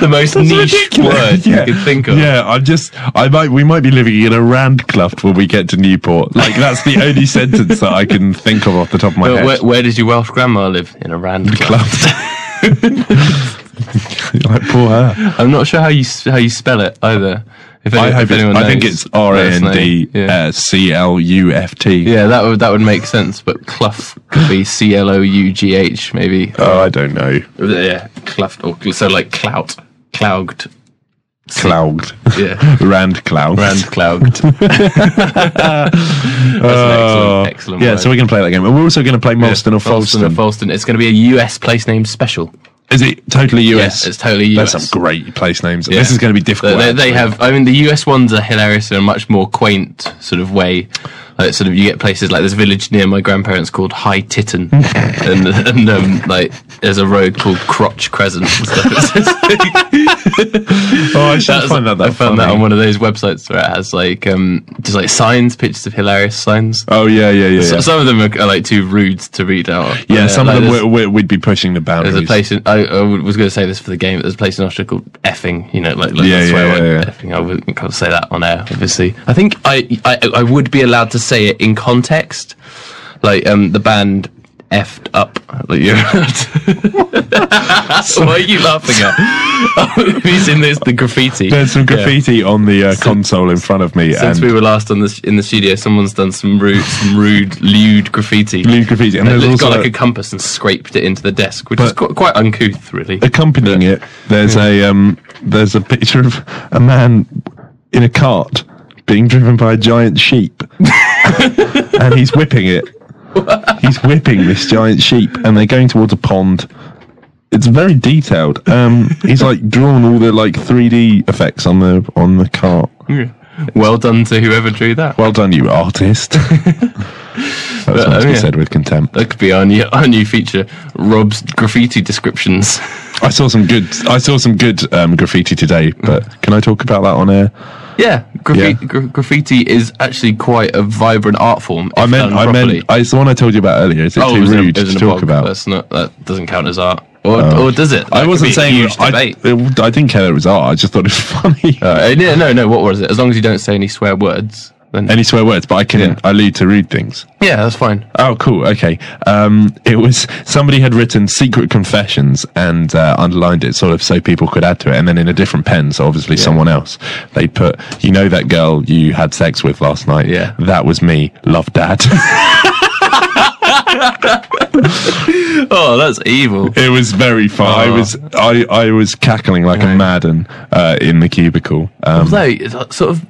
Speaker 4: the most niche word
Speaker 3: yeah.
Speaker 4: you could think of.
Speaker 3: Yeah, I'm just. I might. We might be living in a Randcluft when we get to Newport. Like that's the
Speaker 4: *laughs*
Speaker 3: only sentence that I can think of off the top of my
Speaker 4: But
Speaker 3: head.
Speaker 4: where, where does your Welsh grandma live? In a
Speaker 3: *laughs*
Speaker 4: Randcloud.
Speaker 3: Cluft. like poor her.
Speaker 4: I'm not sure how you s- how you spell it either. If any-
Speaker 3: I hope
Speaker 4: if
Speaker 3: it's,
Speaker 4: anyone
Speaker 3: I
Speaker 4: knows,
Speaker 3: think it's R A
Speaker 4: let us know.
Speaker 3: N D
Speaker 4: Yeah.
Speaker 3: uh, C L U F T.
Speaker 4: Yeah, that would that would make sense. But Clough could
Speaker 3: *laughs*
Speaker 4: be C L O U G H maybe.
Speaker 3: Oh, I don't know.
Speaker 4: Yeah, Clough or cl- so like clout, clogged. *laughs*
Speaker 3: Cloud.
Speaker 4: Yeah,
Speaker 3: *laughs* Rand Cloud.
Speaker 4: brand clogged.
Speaker 3: Oh.
Speaker 4: excellent- excellent
Speaker 3: Yeah,
Speaker 4: word.
Speaker 3: so we're going to play that game. And we're also going to play Molston or Falston.
Speaker 4: or Falston. It's going to be a US place name special.
Speaker 3: Is it totally US?
Speaker 4: Yes, it's totally
Speaker 3: There's
Speaker 4: US.
Speaker 3: some great place names.
Speaker 4: Yeah.
Speaker 3: This is going to be
Speaker 4: They,
Speaker 3: difficult.
Speaker 4: they, they have. I mean, the US ones are hilarious in a much more quaint sort of way. Like, sort of, you get places like this village near my grandparents called
Speaker 3: *laughs*
Speaker 4: High Titten, and, and um, like there's a road called Crotch Crescent.
Speaker 3: *laughs*
Speaker 4: And stuff. It's- it's-
Speaker 3: oh, I should
Speaker 4: that's-
Speaker 3: find that.
Speaker 4: I found that
Speaker 3: funny.
Speaker 4: on one of those websites where it has like um, just like signs, pictures of hilarious signs.
Speaker 3: Oh yeah, yeah, yeah.
Speaker 4: So-
Speaker 3: yeah.
Speaker 4: some of them are, are like too rude to read out.
Speaker 3: yeah, some
Speaker 4: like
Speaker 3: of them
Speaker 4: there's-
Speaker 3: we- we- we'd be pushing the boundaries.
Speaker 4: There's a place in, I, I was going to say this for the game, but there's a place in Austria called effing, you know, like, like
Speaker 3: Yeah,
Speaker 4: yeah, swear
Speaker 3: yeah,
Speaker 4: word,
Speaker 3: yeah, yeah.
Speaker 4: effing. I wouldn't can't say that on air, obviously. I think I, I I would be allowed to say it in context, like um the band effed up. Like you *laughs* Why are you laughing at? *laughs* He's in this the graffiti.
Speaker 3: There's some graffiti on the uh, console in front of me,
Speaker 4: Since
Speaker 3: and
Speaker 4: we were last on this in the studio, someone's done some rude, some rude, lewd graffiti.
Speaker 3: blue graffiti, and
Speaker 4: They've
Speaker 3: there's also
Speaker 4: got like a compass and scraped it into the desk, which is
Speaker 3: But-
Speaker 4: qu- quite uncouth, really.
Speaker 3: accompanying it. There's a um, there's a picture of a man in a cart being driven by a giant
Speaker 4: *laughs*
Speaker 3: sheep, and he's whipping it. He's whipping this giant sheep, and they're going towards a pond. It's very detailed. Um, he's like drawn all the like 3D effects on the on the cart.
Speaker 4: Well done to whoever drew that.
Speaker 3: Well done, you *laughs* artist. that was meant to be
Speaker 4: yeah.
Speaker 3: said with contempt.
Speaker 4: That could be our new our new feature, Rob's graffiti descriptions.
Speaker 3: I saw some good. I saw some good um, graffiti today, but can I talk about that on air?
Speaker 4: yeah, graffi-
Speaker 3: Yeah.
Speaker 4: Gra- graffiti is actually quite a vibrant art form.
Speaker 3: I meant. I meant. I, it's the one I told you about earlier. Is it too
Speaker 4: was in a-
Speaker 3: rude
Speaker 4: Oh, it was
Speaker 3: to
Speaker 4: in
Speaker 3: talk
Speaker 4: a blog.
Speaker 3: about? Oh.
Speaker 4: That's not that doesn't count as art, or, or does it? That
Speaker 3: I
Speaker 4: could be
Speaker 3: wasn't
Speaker 4: a
Speaker 3: saying.
Speaker 4: huge
Speaker 3: I,
Speaker 4: debate.
Speaker 3: it- I didn't care it was art. I just thought it was *laughs* funny.
Speaker 4: Uh, yeah, no, no. What was it? As long as you don't say any swear words, then
Speaker 3: Any swear words, but I can
Speaker 4: Yeah.
Speaker 3: allude to rude things.
Speaker 4: yeah, that's fine.
Speaker 3: Oh, cool. Okay. Um, it was somebody had written secret confessions and uh, underlined it sort of so people could add to it. And then in a different pen, so obviously someone else, they put, you know, that girl you had sex with last night.
Speaker 4: Yeah.
Speaker 3: That was me. Love dad. *laughs*
Speaker 4: Oh, that's
Speaker 3: *laughs*
Speaker 4: evil.
Speaker 3: it was very fun. I
Speaker 4: Aw.
Speaker 3: was, I, I was cackling like a
Speaker 4: Right.
Speaker 3: madman uh, in the cubicle. Um,
Speaker 4: Although it's like sort of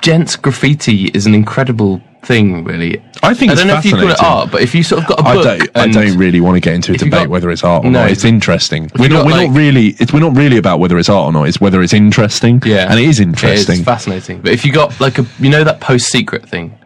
Speaker 4: gents graffiti is an incredible thing, really.
Speaker 3: I think
Speaker 4: I
Speaker 3: it's
Speaker 4: don't know if you call it
Speaker 3: fascinating.
Speaker 4: art, but if you sort of got a
Speaker 3: I
Speaker 4: book,
Speaker 3: don't. I
Speaker 4: and-
Speaker 3: don't really want to get into a
Speaker 4: If you
Speaker 3: debate
Speaker 4: got-
Speaker 3: whether it's art or
Speaker 4: No.
Speaker 3: not. It's interesting. We're
Speaker 4: you
Speaker 3: not.
Speaker 4: got,
Speaker 3: We're
Speaker 4: like-
Speaker 3: not really. It's, we're not really about whether it's art or not. It's whether it's interesting.
Speaker 4: Yeah,
Speaker 3: and it is
Speaker 4: It's
Speaker 3: interesting.
Speaker 4: fascinating. But if you got like a, you know, that post secret thing.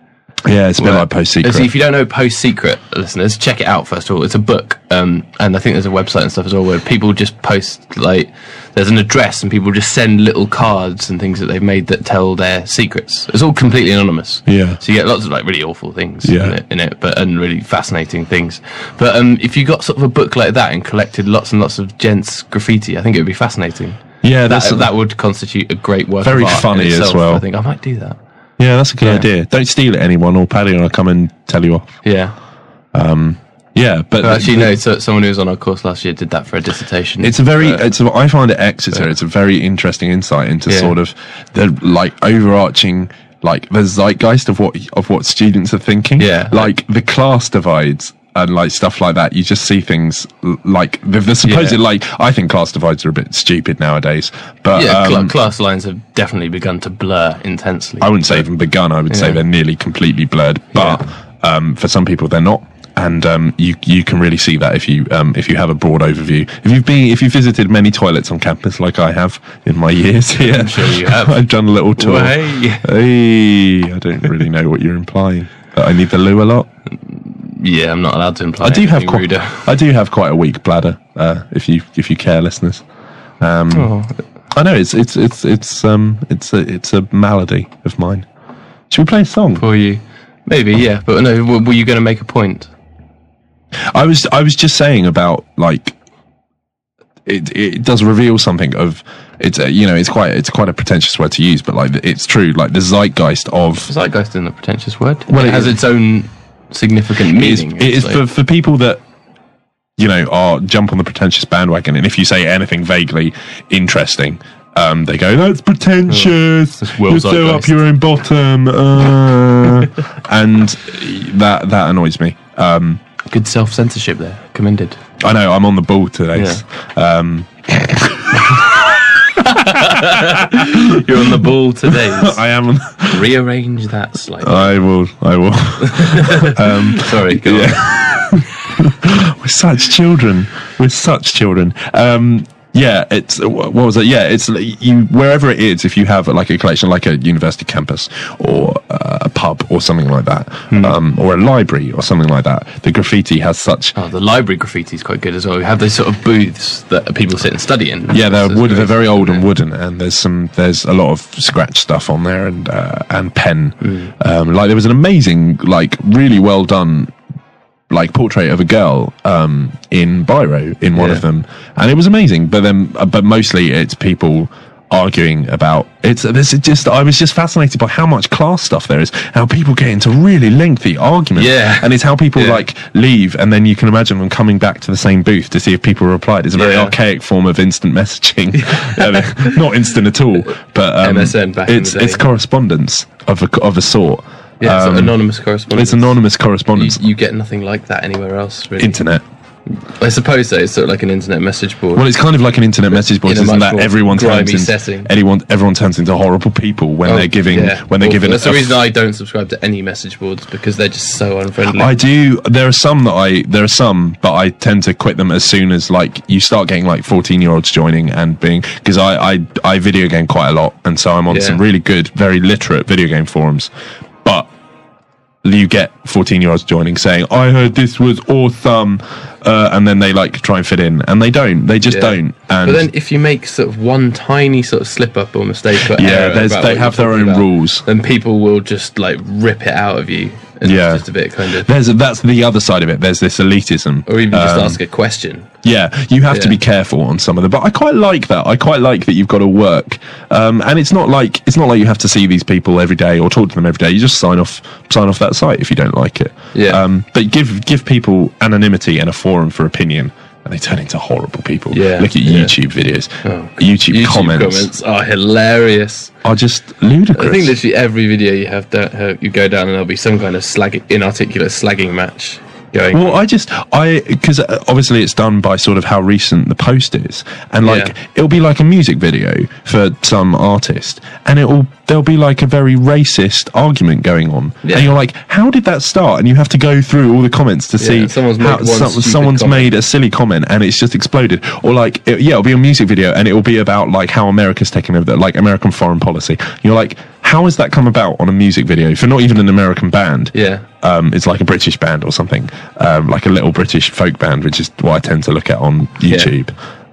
Speaker 3: yeah, it's a bit
Speaker 4: where-
Speaker 3: like post secret.
Speaker 4: So if you don't know post secret, listeners, check it out first of all. It's a book, um, and I think there's a website and stuff as well where people just post like there's an address and people just send little cards and things that they've made that tell their secrets. It's all completely anonymous.
Speaker 3: Yeah.
Speaker 4: So you get lots of like really awful things
Speaker 3: Yeah.
Speaker 4: in, it, in it, but and really fascinating things. But um, if you got sort of a book like that and collected lots and lots of gents graffiti, I think it would be fascinating.
Speaker 3: Yeah,
Speaker 4: that,
Speaker 3: that's
Speaker 4: that would constitute a great work.
Speaker 3: Very
Speaker 4: of art in
Speaker 3: funny as
Speaker 4: itself.
Speaker 3: well.
Speaker 4: I think I might do that.
Speaker 3: yeah, that's a good
Speaker 4: Yeah.
Speaker 3: idea. Don't steal it, anyone, or Paddy will come and tell you off.
Speaker 4: Yeah,
Speaker 3: Yeah, but
Speaker 4: but actually, no. So someone who was on our course last year did that for a dissertation.
Speaker 3: It's a very. it's. A, I find at Exeter, it's a very interesting insight into
Speaker 4: Yeah.
Speaker 3: sort of the like overarching. Like the zeitgeist of what of what students are thinking,
Speaker 4: Yeah.
Speaker 3: Like the class divides and like stuff like that. You just see things l- like the, the supposed
Speaker 4: Yeah.
Speaker 3: like I think class divides are a bit stupid nowadays. But
Speaker 4: yeah, cla-
Speaker 3: um,
Speaker 4: class lines have definitely begun to blur intensely.
Speaker 3: I wouldn't say even begun. I would say
Speaker 4: Yeah.
Speaker 3: they're nearly completely blurred. But um, for some people, they're not. and um, you you can really see that if you um, if you have a broad overview. If you've been if you have visited many toilets on campus, like I have in my
Speaker 4: *laughs*
Speaker 3: years here, I'm
Speaker 4: sure you have.
Speaker 3: *laughs* I've done a little tour.
Speaker 4: Way.
Speaker 3: Hey, I don't really know what you're implying. That I need the loo a lot.
Speaker 4: Yeah, I'm not allowed to imply.
Speaker 3: I do have
Speaker 4: anything
Speaker 3: quite,
Speaker 4: ruder.
Speaker 3: I do have quite a weak bladder. Uh, if you if you care, listeners. Um,
Speaker 4: Oh,
Speaker 3: I know it's it's it's it's um it's a it's a malady of mine. Should we play a song?
Speaker 4: for you. Maybe, yeah, but no. w- Were you going to make a point?
Speaker 3: I was I was just saying about like it it does reveal something of it's a, you know it's quite it's quite a pretentious word to use, but like it's true. Like the zeitgeist of
Speaker 4: Zeitgeist isn't a pretentious word.
Speaker 3: Well,
Speaker 4: Well, it,
Speaker 3: it
Speaker 4: has
Speaker 3: is.
Speaker 4: its own significant
Speaker 3: it is,
Speaker 4: meaning.
Speaker 3: it is
Speaker 4: It's
Speaker 3: for
Speaker 4: like-
Speaker 3: for people that you know are jump on the pretentious bandwagon, and if you say anything vaguely interesting. Um, they go, that's pretentious.
Speaker 4: That's well
Speaker 3: you sew up
Speaker 4: zeitgeist."
Speaker 3: your own bottom,
Speaker 4: *laughs*
Speaker 3: uh," and that that annoys me. Um,
Speaker 4: good self censorship there.
Speaker 3: *laughs*
Speaker 4: Commended.
Speaker 3: I know I'm on the ball today. Um,
Speaker 4: You're on the ball *laughs* today.
Speaker 3: I am. *laughs* on-
Speaker 4: Rearrange that slightly.
Speaker 3: I will. I will. Uh,
Speaker 4: Sorry, go on.
Speaker 3: We're such children. We're such children. Um, yeah, it's what was it? Yeah, it's like you wherever it is. If you have like a collection, like a university campus or uh, a pub or something like that, um, or a library or something like that, the graffiti has such.
Speaker 4: Oh, the library graffiti is quite good as well. We have those sort of booths that people sit and study in.
Speaker 3: Yeah, they're
Speaker 4: This is
Speaker 3: wood. They're
Speaker 4: great.
Speaker 3: very old and wooden, and there's some. There's a lot of scratch stuff on there, and uh, and pen.
Speaker 4: Mm.
Speaker 3: Um, like there was an amazing, like really well done, like portrait of a girl um, in biro in one of
Speaker 4: Yeah.
Speaker 3: them, and it was amazing. But then, uh, but mostly it's people arguing about it's this is just i was just fascinated by how much class stuff there is how people get into really lengthy arguments
Speaker 4: Yeah.
Speaker 3: and it's how people
Speaker 4: Yeah.
Speaker 3: like leave and then you can imagine them coming back to the same booth to see if people replied it's a very
Speaker 4: Yeah.
Speaker 3: archaic form of instant messaging. *laughs* Uh, Not instant at all, but um,
Speaker 4: MSN back in the
Speaker 3: it's
Speaker 4: day.
Speaker 3: it's correspondence of a of a sort.
Speaker 4: Yeah, it's
Speaker 3: Um,
Speaker 4: like anonymous correspondence.
Speaker 3: it's anonymous
Speaker 4: You,
Speaker 3: correspondence.
Speaker 4: you get nothing like that anywhere else, really.
Speaker 3: Internet.
Speaker 4: I suppose so. It's sort of like an internet message board.
Speaker 3: Well, it's kind of like an internet message board,
Speaker 4: In a
Speaker 3: isn't
Speaker 4: much
Speaker 3: that
Speaker 4: more
Speaker 3: everyone turns
Speaker 4: grimy
Speaker 3: into
Speaker 4: setting.
Speaker 3: anyone everyone turns into horrible people when
Speaker 4: Oh,
Speaker 3: they're giving
Speaker 4: yeah,
Speaker 3: when they're
Speaker 4: awful.
Speaker 3: giving
Speaker 4: That's
Speaker 3: a
Speaker 4: the reason I don't subscribe to any message boards because they're just so unfriendly.
Speaker 3: I do. There are some that I. There are some, but I tend to quit them as soon as like you start getting like fourteen year olds joining and being because I, I I video game quite a lot, and so I'm on
Speaker 4: Yeah.
Speaker 3: some really good, very literate video game forums, but. You get fourteen year olds joining saying, "I heard this was awesome," uh, and then they like try and fit in, and they don't. They just
Speaker 4: Yeah.
Speaker 3: don't. And
Speaker 4: but then if you make sort of one tiny sort of slip up or mistake, or
Speaker 3: Yeah,
Speaker 4: error
Speaker 3: there's-
Speaker 4: about
Speaker 3: they
Speaker 4: what
Speaker 3: have
Speaker 4: you're
Speaker 3: their own
Speaker 4: talking about,
Speaker 3: rules.
Speaker 4: Then people will just like rip it out of you. And
Speaker 3: Yeah.
Speaker 4: it's just a bit kind of.
Speaker 3: there's that's the other side of it. There's this elitism,
Speaker 4: Or even just
Speaker 3: Um,
Speaker 4: ask a question.
Speaker 3: Yeah, you have to
Speaker 4: Yeah.
Speaker 3: be careful on some of them, but I quite like that. I quite like that you've got to work, um, and it's not like it's not like you have to see these people every day or talk to them every day. You just sign off, sign off that site if you don't like it.
Speaker 4: Yeah.
Speaker 3: Um, but give give people anonymity and a forum for opinion, and they turn into horrible people.
Speaker 4: Yeah,
Speaker 3: Look at
Speaker 4: yeah.
Speaker 3: YouTube videos,
Speaker 4: Oh,
Speaker 3: YouTube, comments,
Speaker 4: are hilarious.
Speaker 3: are just ludicrous.
Speaker 4: I think literally every video you have, da- uh, you go down and there'll be some kind of slag, inarticulate slagging match going.
Speaker 3: Well, I just I because obviously it's done by sort of how recent the post is, and like
Speaker 4: Yeah.
Speaker 3: it'll be like a music video for some artist, and it'll there'll be like a very racist argument going on,
Speaker 4: Yeah.
Speaker 3: and you're like, how did that start? And you have to go through all the comments to see
Speaker 4: someone's made
Speaker 3: how,
Speaker 4: one stupid
Speaker 3: someone's
Speaker 4: comment.
Speaker 3: made a silly comment and it's just exploded, or like it, yeah, it'll be a music video and it'll be about like how America's taking over, like American foreign policy. You're like. How has that come about on a music video for not even an American band?
Speaker 4: yeah.
Speaker 3: um, it's like a British band or something, um, like a little British folk band, which is what I tend to look at on YouTube.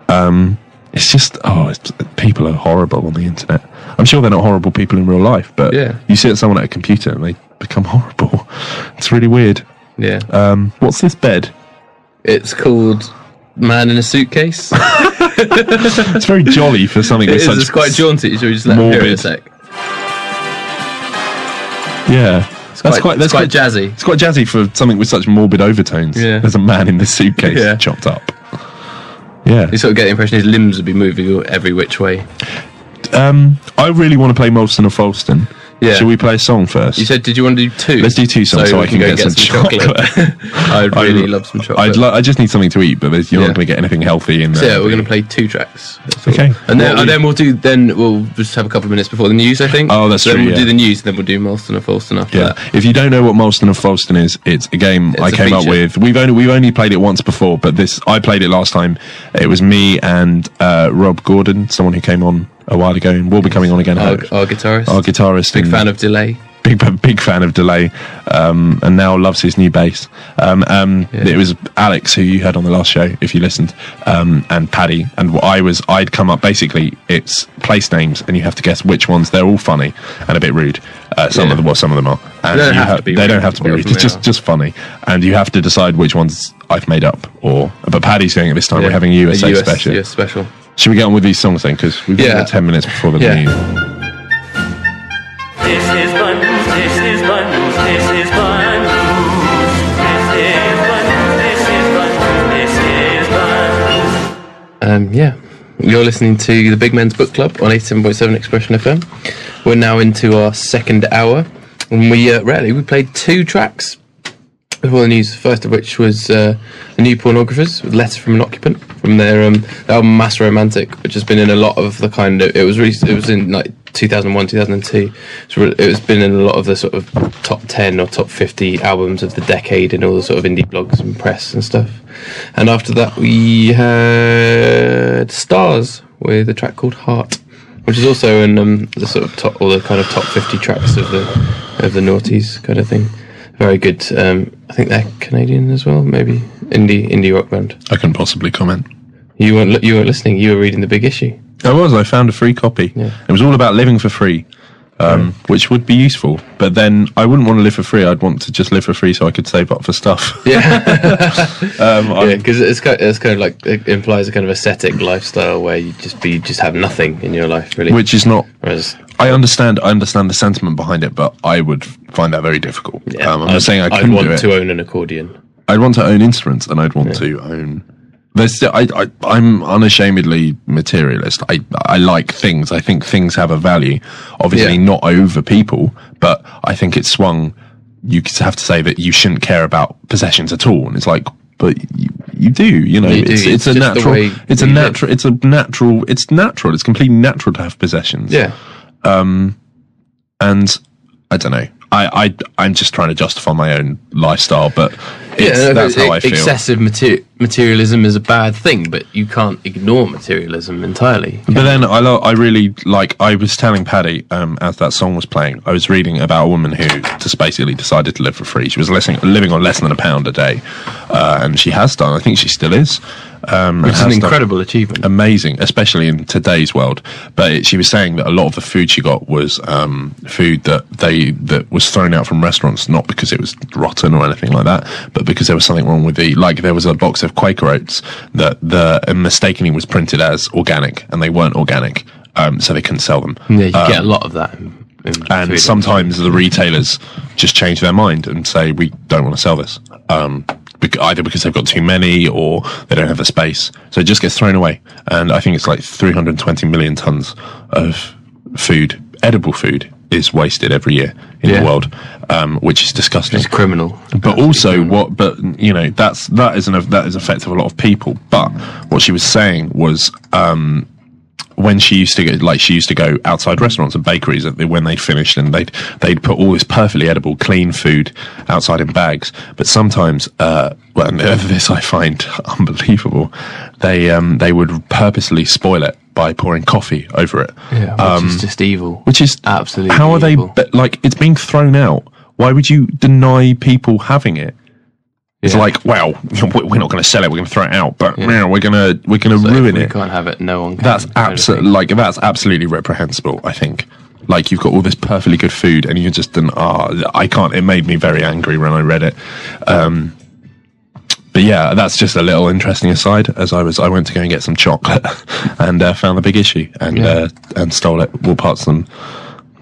Speaker 3: Um, it's just oh, it's, people are horrible on the internet. I'm sure they're not horrible people in real life, but
Speaker 4: Yeah.
Speaker 3: you sit at someone at a computer and they become horrible. It's really weird.
Speaker 4: Yeah.
Speaker 3: Um, what's this bed?
Speaker 4: it's called Man in
Speaker 3: *laughs*
Speaker 4: a Suitcase.
Speaker 3: It's very jolly for
Speaker 4: *laughs*
Speaker 3: something.
Speaker 4: it
Speaker 3: with
Speaker 4: is.
Speaker 3: such
Speaker 4: It's quite jaunty. Should we just let it hear it
Speaker 3: morbid-
Speaker 4: a sec?
Speaker 3: Yeah, that's
Speaker 4: quite-
Speaker 3: quite that's
Speaker 4: it's quite jazzy.
Speaker 3: It's quite jazzy for something with such morbid overtones.
Speaker 4: Yeah.
Speaker 3: there's a man in this suitcase
Speaker 4: Yeah.
Speaker 3: chopped up. Yeah,
Speaker 4: You sort of get the impression his limbs would be moving every which way.
Speaker 3: Um, I really want to play Molson or Folston.
Speaker 4: Yeah.
Speaker 3: Should we play a song first?
Speaker 4: You said, did you want to do two?
Speaker 3: Let's do two songs so, I can,
Speaker 4: go
Speaker 3: get, some, chocolate.
Speaker 4: *laughs*
Speaker 3: *laughs*
Speaker 4: I'd really love some chocolate.
Speaker 3: I'd lo- I just need something to eat, but there's- you're
Speaker 4: Yeah.
Speaker 3: not going to get anything healthy in
Speaker 4: So,
Speaker 3: there.
Speaker 4: yeah, we're going to play two tracks. That's all.
Speaker 3: Okay.
Speaker 4: And
Speaker 3: What
Speaker 4: then, and
Speaker 3: we-
Speaker 4: then we'll do, then we'll just have a couple of minutes before the news, I think.
Speaker 3: Oh, that's
Speaker 4: then
Speaker 3: true,
Speaker 4: Then we'll
Speaker 3: yeah.
Speaker 4: do the news, then we'll do Molston or Falston after
Speaker 3: Yeah.
Speaker 4: that.
Speaker 3: If you don't know what Molston and Falston is, it's a game I
Speaker 4: a
Speaker 3: came up
Speaker 4: feature.
Speaker 3: with. We've only we've only played it once before, but this I played it last time. It was me and uh, Rob Gordon, someone who came on a while ago and will be coming on again. I
Speaker 4: Our,
Speaker 3: hope.
Speaker 4: our guitarist.
Speaker 3: Our guitarist,
Speaker 4: Oh, Big
Speaker 3: and
Speaker 4: fan of delay.
Speaker 3: big big fan of delay, um, and now loves his new bass. Um, um,
Speaker 4: Yeah.
Speaker 3: It was Alex who you heard on the last show, if you listened, um, and Paddy. And what I was, I'd come up basically. It's place names, and you have to guess which ones. They're all funny and a bit rude. Uh, some
Speaker 4: Yeah.
Speaker 3: of them, well, some of them are. And
Speaker 4: don't
Speaker 3: you
Speaker 4: have
Speaker 3: ha-
Speaker 4: to be
Speaker 3: they
Speaker 4: rude,
Speaker 3: don't have to be
Speaker 4: but
Speaker 3: rude.
Speaker 4: often
Speaker 3: It's
Speaker 4: they
Speaker 3: just
Speaker 4: are.
Speaker 3: just funny, and you have to decide which ones I've made up. Or but Paddy's going it this time. We're having a USA
Speaker 4: US
Speaker 3: special.
Speaker 4: US special.
Speaker 3: Should we get on with these songs then? Because we've
Speaker 4: Yeah.
Speaker 3: only got ten minutes before the
Speaker 4: Yeah.
Speaker 3: news.
Speaker 6: This is fun news, this is fun news, this is fun news. This is fun news, this is fun news, this is fun news.
Speaker 4: Um, yeah. You're listening to the Big Men's Book Club on 87.7 Expression FM. We're now into our second hour, and we uh, rarely we played two tracks before the news. First of which was uh, the New Pornographers with "Letter from an Occupant" from their, um, their album "Mass Romantic," which has been in a lot of the kind of it was really, it was in like 2001, 2002. So it has been in a lot of the sort of top 10 or top 50 albums of the decade in all the sort of indie blogs and press and stuff. And after that, we had Stars with a track called Heart, which is also in um, the sort of top, all the kind of top 50 tracks of the of the noughties kind of thing. Very good. Um, I think they're Canadian as well, maybe indie indie rock band.
Speaker 3: I couldn't possibly comment.
Speaker 4: You weren't li- you weren't listening. You were reading the big issue.
Speaker 3: I was. I found a free copy. It was all about living for free, um, which would be useful. But then I wouldn't want to live for free. I'd want to just live for free so I could save up for stuff.
Speaker 4: *laughs* Yeah,
Speaker 3: *laughs* Um, I'm-
Speaker 4: yeah, because it's kind, it's kind of like it implies a kind of ascetic lifestyle where you just be just have nothing in your life really.
Speaker 3: Which is not.
Speaker 4: Whereas
Speaker 3: I understand. I understand the sentiment behind it, but I would find that very difficult.
Speaker 4: yeah,
Speaker 3: um, I'm not
Speaker 4: I'd-
Speaker 3: saying I
Speaker 4: I'd
Speaker 3: couldn't
Speaker 4: want
Speaker 3: do it.
Speaker 4: to own an accordion.
Speaker 3: I'd want to own instruments, and I'd want to own. There's still, I, I, I'm unashamedly materialist. I, I like things. I think things have a value. Obviously,
Speaker 4: Yeah.
Speaker 3: not over people, but I think it's swung. You could have to say that you shouldn't care about possessions at all, and it's like, but you, you do. You know,
Speaker 4: You do.
Speaker 3: it's, it's
Speaker 4: It's
Speaker 3: a
Speaker 4: just the
Speaker 3: natural.
Speaker 4: way
Speaker 3: It's a
Speaker 4: we live.
Speaker 3: natural. It's a natural. It's natural. It's completely natural to have possessions
Speaker 4: Yeah,
Speaker 3: and I don't know. I, I I'm just trying to justify my own lifestyle, but it's,
Speaker 4: no,
Speaker 3: that's
Speaker 4: but
Speaker 3: how
Speaker 4: e-
Speaker 3: I feel.
Speaker 4: Excessive mater- materialism is a bad thing, but you can't ignore materialism entirely.
Speaker 3: But then I lo- I really like. I was telling Paddy um, as that song was playing, I was reading about a woman who just basically decided to live for free. She was listening, living on less than a pound a day, uh, and she has done. I think she still is. Um,
Speaker 4: It's an incredible achievement.
Speaker 3: amazing, especially in today's world. But it, she was saying that a lot of the food she got was um, food that they that was thrown out from restaurants, not because it was rotten or anything like that, but because there was something wrong with the like. There was a box of Quaker oats that the and mistakenly was printed as organic, and they weren't organic, um, so they couldn't sell them.
Speaker 4: yeah, you
Speaker 3: Um,
Speaker 4: get a lot of that. In, in
Speaker 3: and
Speaker 4: food.
Speaker 3: sometimes the retailers just change their mind and say we don't want to sell this um, bec- either because they've got too many or they don't have the space so it just gets thrown away and i think it's like 320 million tons of food edible food is wasted every year in
Speaker 4: Yeah.
Speaker 3: the world um, which is disgusting
Speaker 4: it's criminal.
Speaker 3: but also what but you know that's that is an that is effective a lot of people but what she was saying was um when she used to go like she used to go outside restaurants and bakeries that they- when they'd finished and they'd they'd put all this perfectly edible clean food outside in bags but sometimes uh well and this i find *laughs* unbelievable they um they would purposely spoil it by pouring coffee over it
Speaker 4: Yeah, which is just evil.
Speaker 3: Um, which is
Speaker 4: absolutely.
Speaker 3: how are they
Speaker 4: evil.
Speaker 3: but like it's being thrown out why would you deny people having it it's
Speaker 4: Yeah.
Speaker 3: like well *laughs* we- we're not going to sell it we're going to throw it out but meow, we're going to we're going to
Speaker 4: So if
Speaker 3: ruin
Speaker 4: we
Speaker 3: it
Speaker 4: can't have it. No one. Can,
Speaker 3: that's
Speaker 4: kind of
Speaker 3: absolutely
Speaker 4: thing.
Speaker 3: like that's absolutely reprehensible i think like you've got all this perfectly good food and you're just an ah i can't it made me very angry when i read it um but yeah that's just a little interesting aside as i was i went to go and get some chocolate *laughs* and uh, found the big issue and uh, and stole it well parts some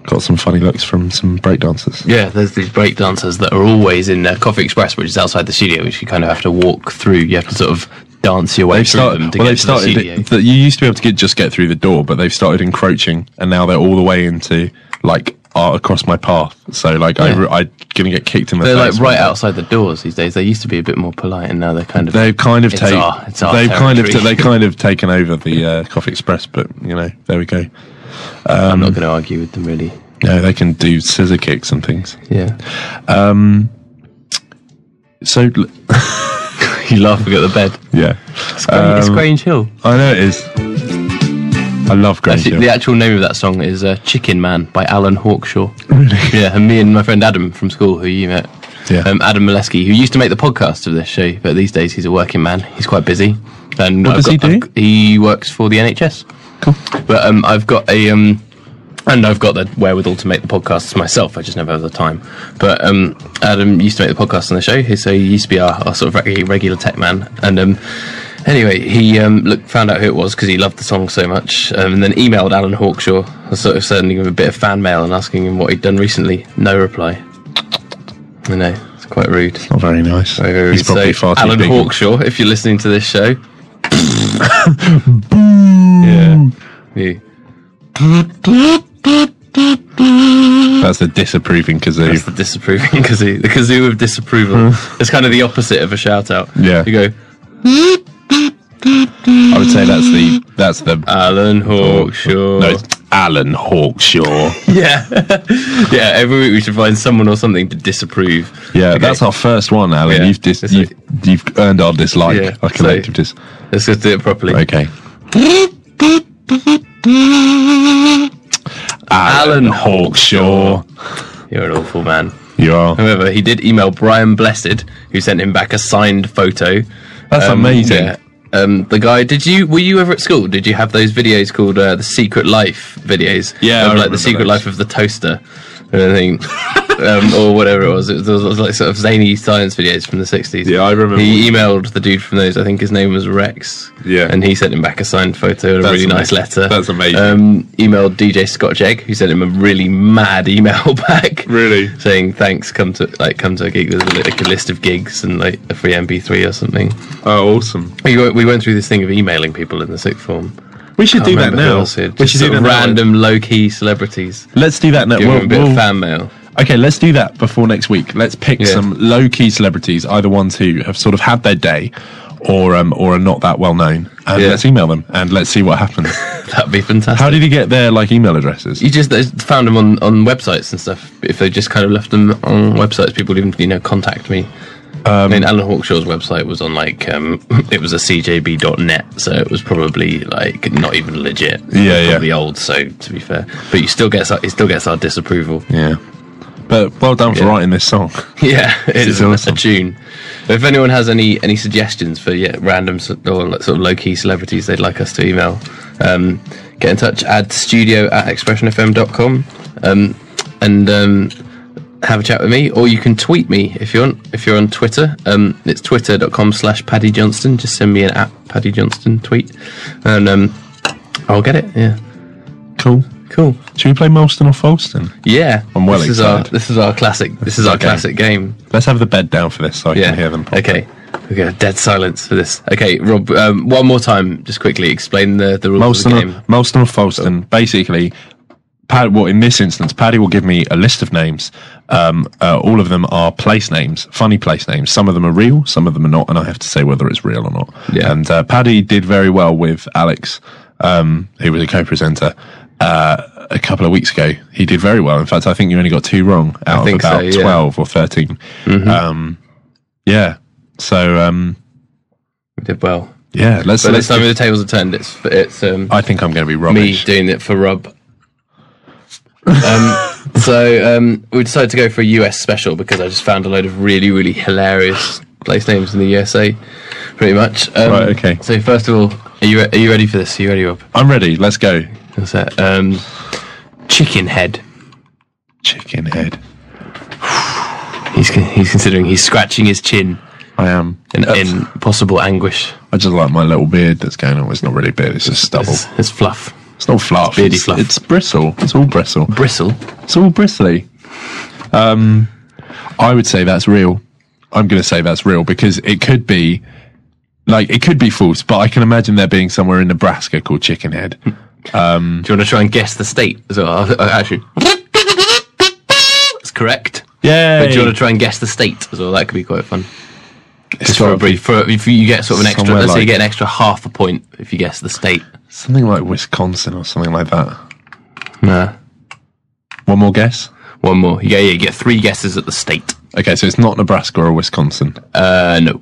Speaker 3: got some funny looks from some breakdancers
Speaker 4: Yeah, there's these break dancers that are always in uh, Coffee Express, which is outside the studio, which you kind of have to walk through. You have to sort of dance your way
Speaker 3: They've
Speaker 4: through
Speaker 3: started.
Speaker 4: them to
Speaker 3: Well,
Speaker 4: get
Speaker 3: they've
Speaker 4: to the
Speaker 3: started.
Speaker 4: studio.
Speaker 3: that you used to be able to get, just get through the door, but they've started encroaching, and now they're all the way into like are across my path. So like I,
Speaker 4: Yeah.
Speaker 3: I'm gonna get kicked in the
Speaker 4: They're
Speaker 3: face
Speaker 4: like right
Speaker 3: one day.
Speaker 4: outside the doors these days. They used to be a bit more polite, and now they're kind of.
Speaker 3: They've kind of
Speaker 4: It's
Speaker 3: taken.
Speaker 4: our- it's our
Speaker 3: They've kind of.
Speaker 4: territory.
Speaker 3: they
Speaker 4: *laughs*
Speaker 3: kind of taken over the uh, Coffee Express, but you know, there we go.
Speaker 4: I'm not going to argue with them really.
Speaker 3: No, they can do scissor kicks and things.
Speaker 4: Yeah,
Speaker 3: So l-
Speaker 4: *laughs* you laughing at the bed.
Speaker 3: yeah,
Speaker 4: it's
Speaker 3: Um,
Speaker 4: Grange Hill.
Speaker 3: I know it is. I love Grange
Speaker 4: Actually,
Speaker 3: Hill.
Speaker 4: the actual name of that song is uh, "Chicken Man" by Alan Hawkshaw. Really? *laughs* Yeah, and me and my friend Adam from school, who you met,
Speaker 3: Yeah.
Speaker 4: um, Adam Molesky, who used to make the podcast of this show, but these days he's a working man. He's quite busy. And
Speaker 3: What
Speaker 4: I've
Speaker 3: does he
Speaker 4: got-
Speaker 3: do?
Speaker 4: I've- he works for the NHS. Cool. But um, I've got a um, and I've got the wherewithal to make the podcasts myself. I just never have the time. But um, Adam used to make the podcast on the show, he- so he used to be our, our sort of reg- regular tech man. And um, anyway, he um, looked, found out who it was because he loved the song so much, um, and then emailed Alan Hawkshaw, sort of sending him a bit of fan mail and asking him what he'd done recently. No reply. I know it's quite rude.
Speaker 3: Not very nice.
Speaker 4: Very, very
Speaker 3: He's
Speaker 4: rude. So,
Speaker 3: probably far too
Speaker 4: Alan
Speaker 3: big.
Speaker 4: Hawkshaw, if you're listening to
Speaker 3: *laughs*
Speaker 4: this show,
Speaker 3: Yeah,
Speaker 4: you.
Speaker 3: that's a disapproving kazoo.
Speaker 4: It's the disapproving *laughs* kazoo. The kazoo of disapproval. it's kind of the opposite of a shout out.
Speaker 3: Hmm. Yeah.
Speaker 4: You go,
Speaker 3: I would say that's the that's the
Speaker 4: Alan Hawkshaw.
Speaker 3: no, it's Alan Hawkshaw.
Speaker 4: *laughs* Yeah. yeah, every week we should find someone or something to disapprove.
Speaker 3: Yeah,
Speaker 4: Okay.
Speaker 3: that's our first one, Alan.
Speaker 4: Yeah.
Speaker 3: You've dis-
Speaker 4: That's
Speaker 3: you've, you've earned our dislike,
Speaker 4: Yeah,
Speaker 3: our collective
Speaker 4: so-
Speaker 3: dis.
Speaker 4: Let's just do it properly.
Speaker 3: Okay.
Speaker 4: Alan
Speaker 3: Hawkshaw.
Speaker 4: You're an awful man.
Speaker 3: You are.
Speaker 4: However, he did email Brian Blessed, who sent him back a signed photo.
Speaker 3: That's
Speaker 4: Um,
Speaker 3: amazing.
Speaker 4: yeah. Um, the guy, did you, were you ever at school? Did you have those videos called uh, the Secret Life videos?
Speaker 3: Yeah, I
Speaker 4: Of, like
Speaker 3: remember
Speaker 4: the Secret
Speaker 3: those.
Speaker 4: Life of the Toaster,
Speaker 3: *laughs*
Speaker 4: or anything, um, or whatever it was. It was, it was like sort of zany science videos from the 60s.
Speaker 3: Yeah, I remember.
Speaker 4: He emailed the dude from those, I think his name was Rex.
Speaker 3: Yeah.
Speaker 4: And he sent him back a signed photo and a
Speaker 3: That's
Speaker 4: really
Speaker 3: ama-
Speaker 4: nice letter.
Speaker 3: that's amazing.
Speaker 4: Um, emailed DJ Scotch Egg, who sent him a really mad email *laughs* back
Speaker 3: Really?
Speaker 4: saying thanks come to like come to a gig there's a, li- like a list of gigs and like a free mp3 or something
Speaker 3: Oh, awesome.
Speaker 4: we went, we went through this thing of emailing people in the sixth form
Speaker 3: We should
Speaker 4: Can't
Speaker 3: do that
Speaker 4: remember who
Speaker 3: now.
Speaker 4: else did.
Speaker 3: We
Speaker 4: Just
Speaker 3: should do
Speaker 4: sort
Speaker 3: that
Speaker 4: of
Speaker 3: now.
Speaker 4: random low-key celebrities
Speaker 3: Let's do that now.
Speaker 4: giving
Speaker 3: We'll-
Speaker 4: them a bit
Speaker 3: we'll-
Speaker 4: of fan mail *laughs*
Speaker 3: okay, let's do that before next week. Let's pick
Speaker 4: Yeah.
Speaker 3: some low key celebrities, either ones who have sort of had their day, or um, or are not that well known, and
Speaker 4: Yeah.
Speaker 3: let's email them and let's see what happens.
Speaker 4: that'd be fantastic
Speaker 3: How did you get their like email addresses?
Speaker 4: you just they found them on, on websites and stuff. If they just kind of left them on websites, people would even you know contact me.
Speaker 3: Um,
Speaker 4: I mean, Alan Hawkshaw's website was on like um, *laughs* it was a CJB.net, so it was probably like not even legit. It was
Speaker 3: Yeah, yeah.
Speaker 4: probably old. So to be fair, but you still gets it still gets our disapproval.
Speaker 3: Yeah. But well done for
Speaker 4: Yeah.
Speaker 3: writing this song.
Speaker 4: *laughs* Yeah,
Speaker 3: This
Speaker 4: it
Speaker 3: is
Speaker 4: is
Speaker 3: awesome.
Speaker 4: a tune. If anyone has any any suggestions for yeah random s- or like, sort of low key celebrities they'd like us to email, um, get in touch. Add studio at expressionfm.com um, and um, have a chat with me, or you can tweet me if you're on if you're on Twitter. Um, it's twitter.com slash Paddy Johnston. Just send me an at Paddy Johnston tweet, and um, I'll get it. Yeah,
Speaker 3: Cool.
Speaker 4: cool.
Speaker 3: Should we play Molston or Folston?
Speaker 4: Yeah,
Speaker 3: I'm well
Speaker 4: this Is
Speaker 3: excited.
Speaker 4: our, this is our classic. This is our
Speaker 3: Okay.
Speaker 4: classic game.
Speaker 3: Let's have the bed down for this so I can hear them. properly.
Speaker 4: Okay. We got a dead silence for this. Okay, Rob. Um, one more time, just quickly explain the, the rules
Speaker 3: Molston
Speaker 4: of the game.
Speaker 3: or, Molston or Folston, basically, Pad, well, in this instance, Paddy will give me a list of names. Um, uh, all of them are place names, funny place names. Some of them are real, some of them are not, and I have to say whether it's real or not.
Speaker 4: Yeah.
Speaker 3: And uh, Paddy did very well with Alex, um, who was a co presenter. Uh, a couple of weeks ago, he did very well. In fact, I think you only got two wrong out of
Speaker 4: think so,
Speaker 3: about
Speaker 4: yeah. Mm-hmm.
Speaker 3: twelve or 13 Um, yeah. So um,
Speaker 4: We did well.
Speaker 3: yeah, let's.
Speaker 4: So
Speaker 3: let's
Speaker 4: this time
Speaker 3: do-
Speaker 4: the tables are turned. It's it's um,
Speaker 3: I think I'm going to be
Speaker 4: me
Speaker 3: rubbish.
Speaker 4: doing it for Rob.
Speaker 3: *laughs*
Speaker 4: Um, so um, we decided to go for a US special because I just found a load of really really hilarious place names in the USA, pretty much. Um,
Speaker 3: Right, okay.
Speaker 4: So first of all, are you re- are you ready for this? Are you ready, Rob?
Speaker 3: I'm ready. Letlet's go.
Speaker 4: That's it. Um, chicken head.
Speaker 3: Chicken head.
Speaker 4: He's con- he's considering he's scratching his chin.
Speaker 3: I am.
Speaker 4: in, in possible anguish.
Speaker 3: I just like my little beard that's going on. It's not really beard. It's just stubble.
Speaker 4: It's,
Speaker 3: It's,
Speaker 4: it's fluff.
Speaker 3: not fluff. It's
Speaker 4: beardy fluff.
Speaker 3: It's bristle. It's all bristle.
Speaker 4: Bristle.
Speaker 3: It's all bristly. Um, I would say that's real. I'm going to say that's real because it could be, like, it could be false. But I can imagine there being somewhere in Nebraska
Speaker 4: *laughs*
Speaker 3: called Chicken Head.
Speaker 4: Do you want to try and guess the state as well? I- I- Actually, correct.
Speaker 3: Yeah.
Speaker 4: But do you want to try and guess the state as well? That could be quite fun. It's
Speaker 3: probably
Speaker 4: probably for if you get sort of an extra.
Speaker 3: somewhere
Speaker 4: Let's say you
Speaker 3: like-
Speaker 4: get an extra half a point if you guess the state.
Speaker 3: something like Wisconsin or something like that.
Speaker 4: Nah.
Speaker 3: One more guess.
Speaker 4: One more. Yeah, yeah. You get three guesses at the state.
Speaker 3: Okay, so it's not Nebraska or Wisconsin.
Speaker 4: Uh, no.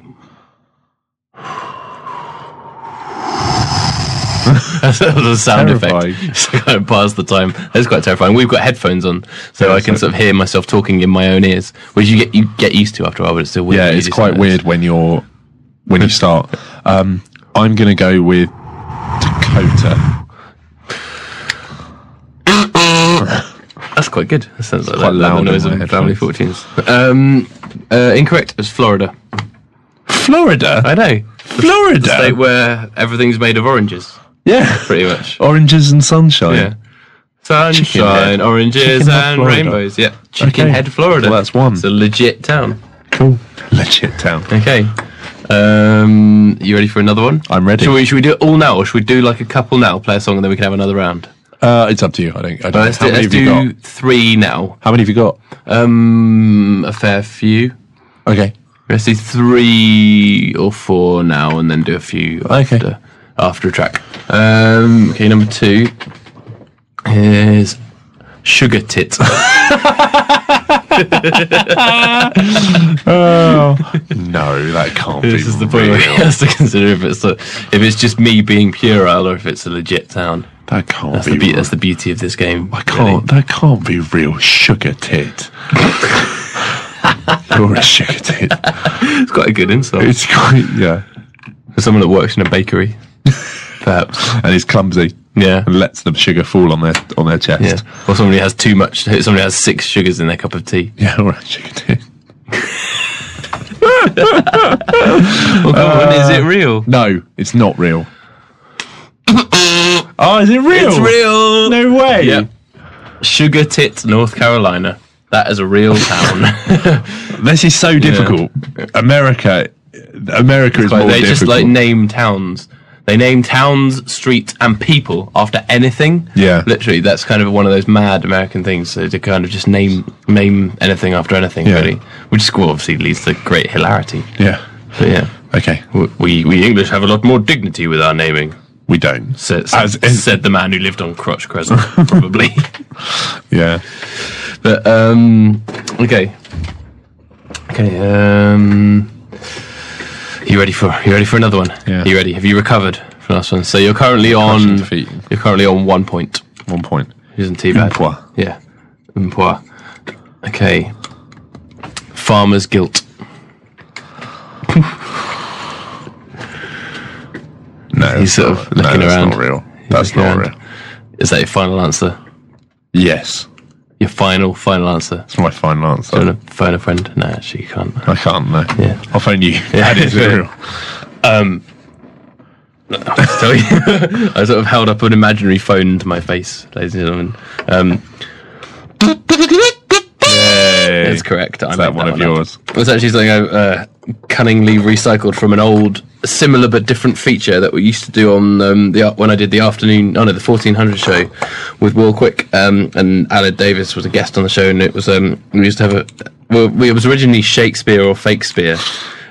Speaker 4: That's *laughs* that was a sound
Speaker 3: Terrifying.
Speaker 4: *laughs* effect. So kind of pass the time. That's quite terrifying. We've got headphones on, so
Speaker 3: Yeah,
Speaker 4: I can
Speaker 3: so-
Speaker 4: sort of hear myself talking in my own ears, which you get you get used to after a while. But it's still weird.
Speaker 3: Yeah,
Speaker 4: when you
Speaker 3: it's
Speaker 4: do
Speaker 3: quite
Speaker 4: something
Speaker 3: weird when you're when you start. Um, I'm gonna go with Dakota.
Speaker 4: else. That's quite good. That sounds like
Speaker 3: quite
Speaker 4: that, that
Speaker 3: loud in
Speaker 4: noise
Speaker 3: my
Speaker 4: of family
Speaker 3: headphones.
Speaker 4: fortunes. Um, uh, incorrect. It's Florida.
Speaker 3: Florida.
Speaker 4: I know.
Speaker 3: Florida.
Speaker 4: The state where everything's made of oranges,
Speaker 3: yeah.
Speaker 4: pretty
Speaker 3: *laughs*
Speaker 4: much.
Speaker 3: Oranges and sunshine.
Speaker 4: Yeah.
Speaker 3: Chickenhead.
Speaker 4: Sunshine, oranges,
Speaker 3: Chickenhead,
Speaker 4: and
Speaker 3: Florida.
Speaker 4: rainbows. Yeah. Chickenhead,
Speaker 3: Okay.
Speaker 4: Florida.
Speaker 3: Well, that's one.
Speaker 4: It's a legit town.
Speaker 3: Cool. Legit town.
Speaker 4: Okay. Um, you ready for another one?
Speaker 3: I'm ready.
Speaker 4: Should we, should we do it all now, or should we do like a couple now, play a song, and then we can have another round?
Speaker 3: Uh, it's up to you. I don't. I don't
Speaker 4: Uh, let's
Speaker 3: how
Speaker 4: do,
Speaker 3: many
Speaker 4: let's
Speaker 3: have you
Speaker 4: do
Speaker 3: got?
Speaker 4: three now.
Speaker 3: How many have you got?
Speaker 4: Um, a fair few.
Speaker 3: Okay.
Speaker 4: Let's do three or four now, and then do a few
Speaker 3: Okay.
Speaker 4: after after a track. Um, okay, number two is Sugar Tit.
Speaker 3: *laughs* No, that can't be.
Speaker 4: *laughs* this is the point where *laughs* he has to consider if it's a, if it's just me being puerile or if it's a legit town.
Speaker 3: That can't
Speaker 4: That's
Speaker 3: be.
Speaker 4: the, be-
Speaker 3: real.
Speaker 4: that's the beauty of this game.
Speaker 3: I can't. That can't be real. Sugar *laughs* tit. You're a sugar tit.
Speaker 4: It's quite a good insult.
Speaker 3: It's quite yeah,
Speaker 4: For someone that works in a bakery, perhaps.
Speaker 3: and he's clumsy
Speaker 4: Yeah.
Speaker 3: and lets the sugar fall on their on their chest.
Speaker 4: Yeah. Or somebody has too much, somebody has six sugars in their cup of tea.
Speaker 3: *laughs* Yeah, all right, sugar tit.
Speaker 4: Oh, is it real?
Speaker 3: No, it's not
Speaker 4: *coughs*
Speaker 3: real. oh, is it real?
Speaker 4: It's real!
Speaker 3: No way.
Speaker 4: Yep. Sugar Tit, North Carolina. That is a real *laughs* town.
Speaker 3: This is so difficult. America, America is
Speaker 4: Like,
Speaker 3: more
Speaker 4: they
Speaker 3: difficult.
Speaker 4: just like name towns. They name towns, streets, and people after anything.
Speaker 3: Yeah.
Speaker 4: literally, that's kind of one of those mad American things so to kind of just name name anything after anything,
Speaker 3: Yeah.
Speaker 4: really, which well, obviously leads to great hilarity.
Speaker 3: yeah.
Speaker 4: But yeah,
Speaker 3: Okay.
Speaker 4: w- we we English have a lot more dignity with our naming,"
Speaker 3: We don't.
Speaker 4: said,
Speaker 3: As in-
Speaker 4: *laughs* said the man who lived on
Speaker 3: *laughs*
Speaker 4: Crotch Crescent, probably.
Speaker 3: Yeah.
Speaker 4: But um, okay, okay. Um, you ready for you ready for another one?
Speaker 3: Yeah.
Speaker 4: You ready? Have you recovered from last one? So you're currently on
Speaker 3: defeat.
Speaker 4: you're currently on one point.
Speaker 3: One point.
Speaker 4: Isn't too bad.
Speaker 3: point.
Speaker 4: Yeah. Un point. Okay. Farmer's guilt.
Speaker 3: No. that's
Speaker 4: He's sort of
Speaker 3: not-
Speaker 4: looking
Speaker 3: no,
Speaker 4: around.
Speaker 3: That's not real. That's
Speaker 4: looking
Speaker 3: not
Speaker 4: around.
Speaker 3: real.
Speaker 4: Is that your final answer?
Speaker 3: Yes.
Speaker 4: Your final final answer?
Speaker 3: It's my final answer.
Speaker 4: Do you want to phone a friend? No, actually, you can't.
Speaker 3: I can't, no.
Speaker 4: Yeah.
Speaker 3: I'll phone you. That is
Speaker 4: *laughs*
Speaker 3: real.
Speaker 4: tell you. *laughs* I sort of held up an imaginary phone to my face, ladies and gentlemen. Um,
Speaker 3: Yay.
Speaker 4: That's correct. I
Speaker 3: Is
Speaker 4: made
Speaker 3: that one of
Speaker 4: up.
Speaker 3: yours?
Speaker 4: It's actually something I uh, cunningly recycled from an old, similar but different feature that we used to do on um, the when I did the afternoon, oh no, the fourteen hundred show with Will Quick um, and Alan Davis was a guest on the show, and it was um, we used to have a well, we- it was originally Shakespeare or Fakespeare.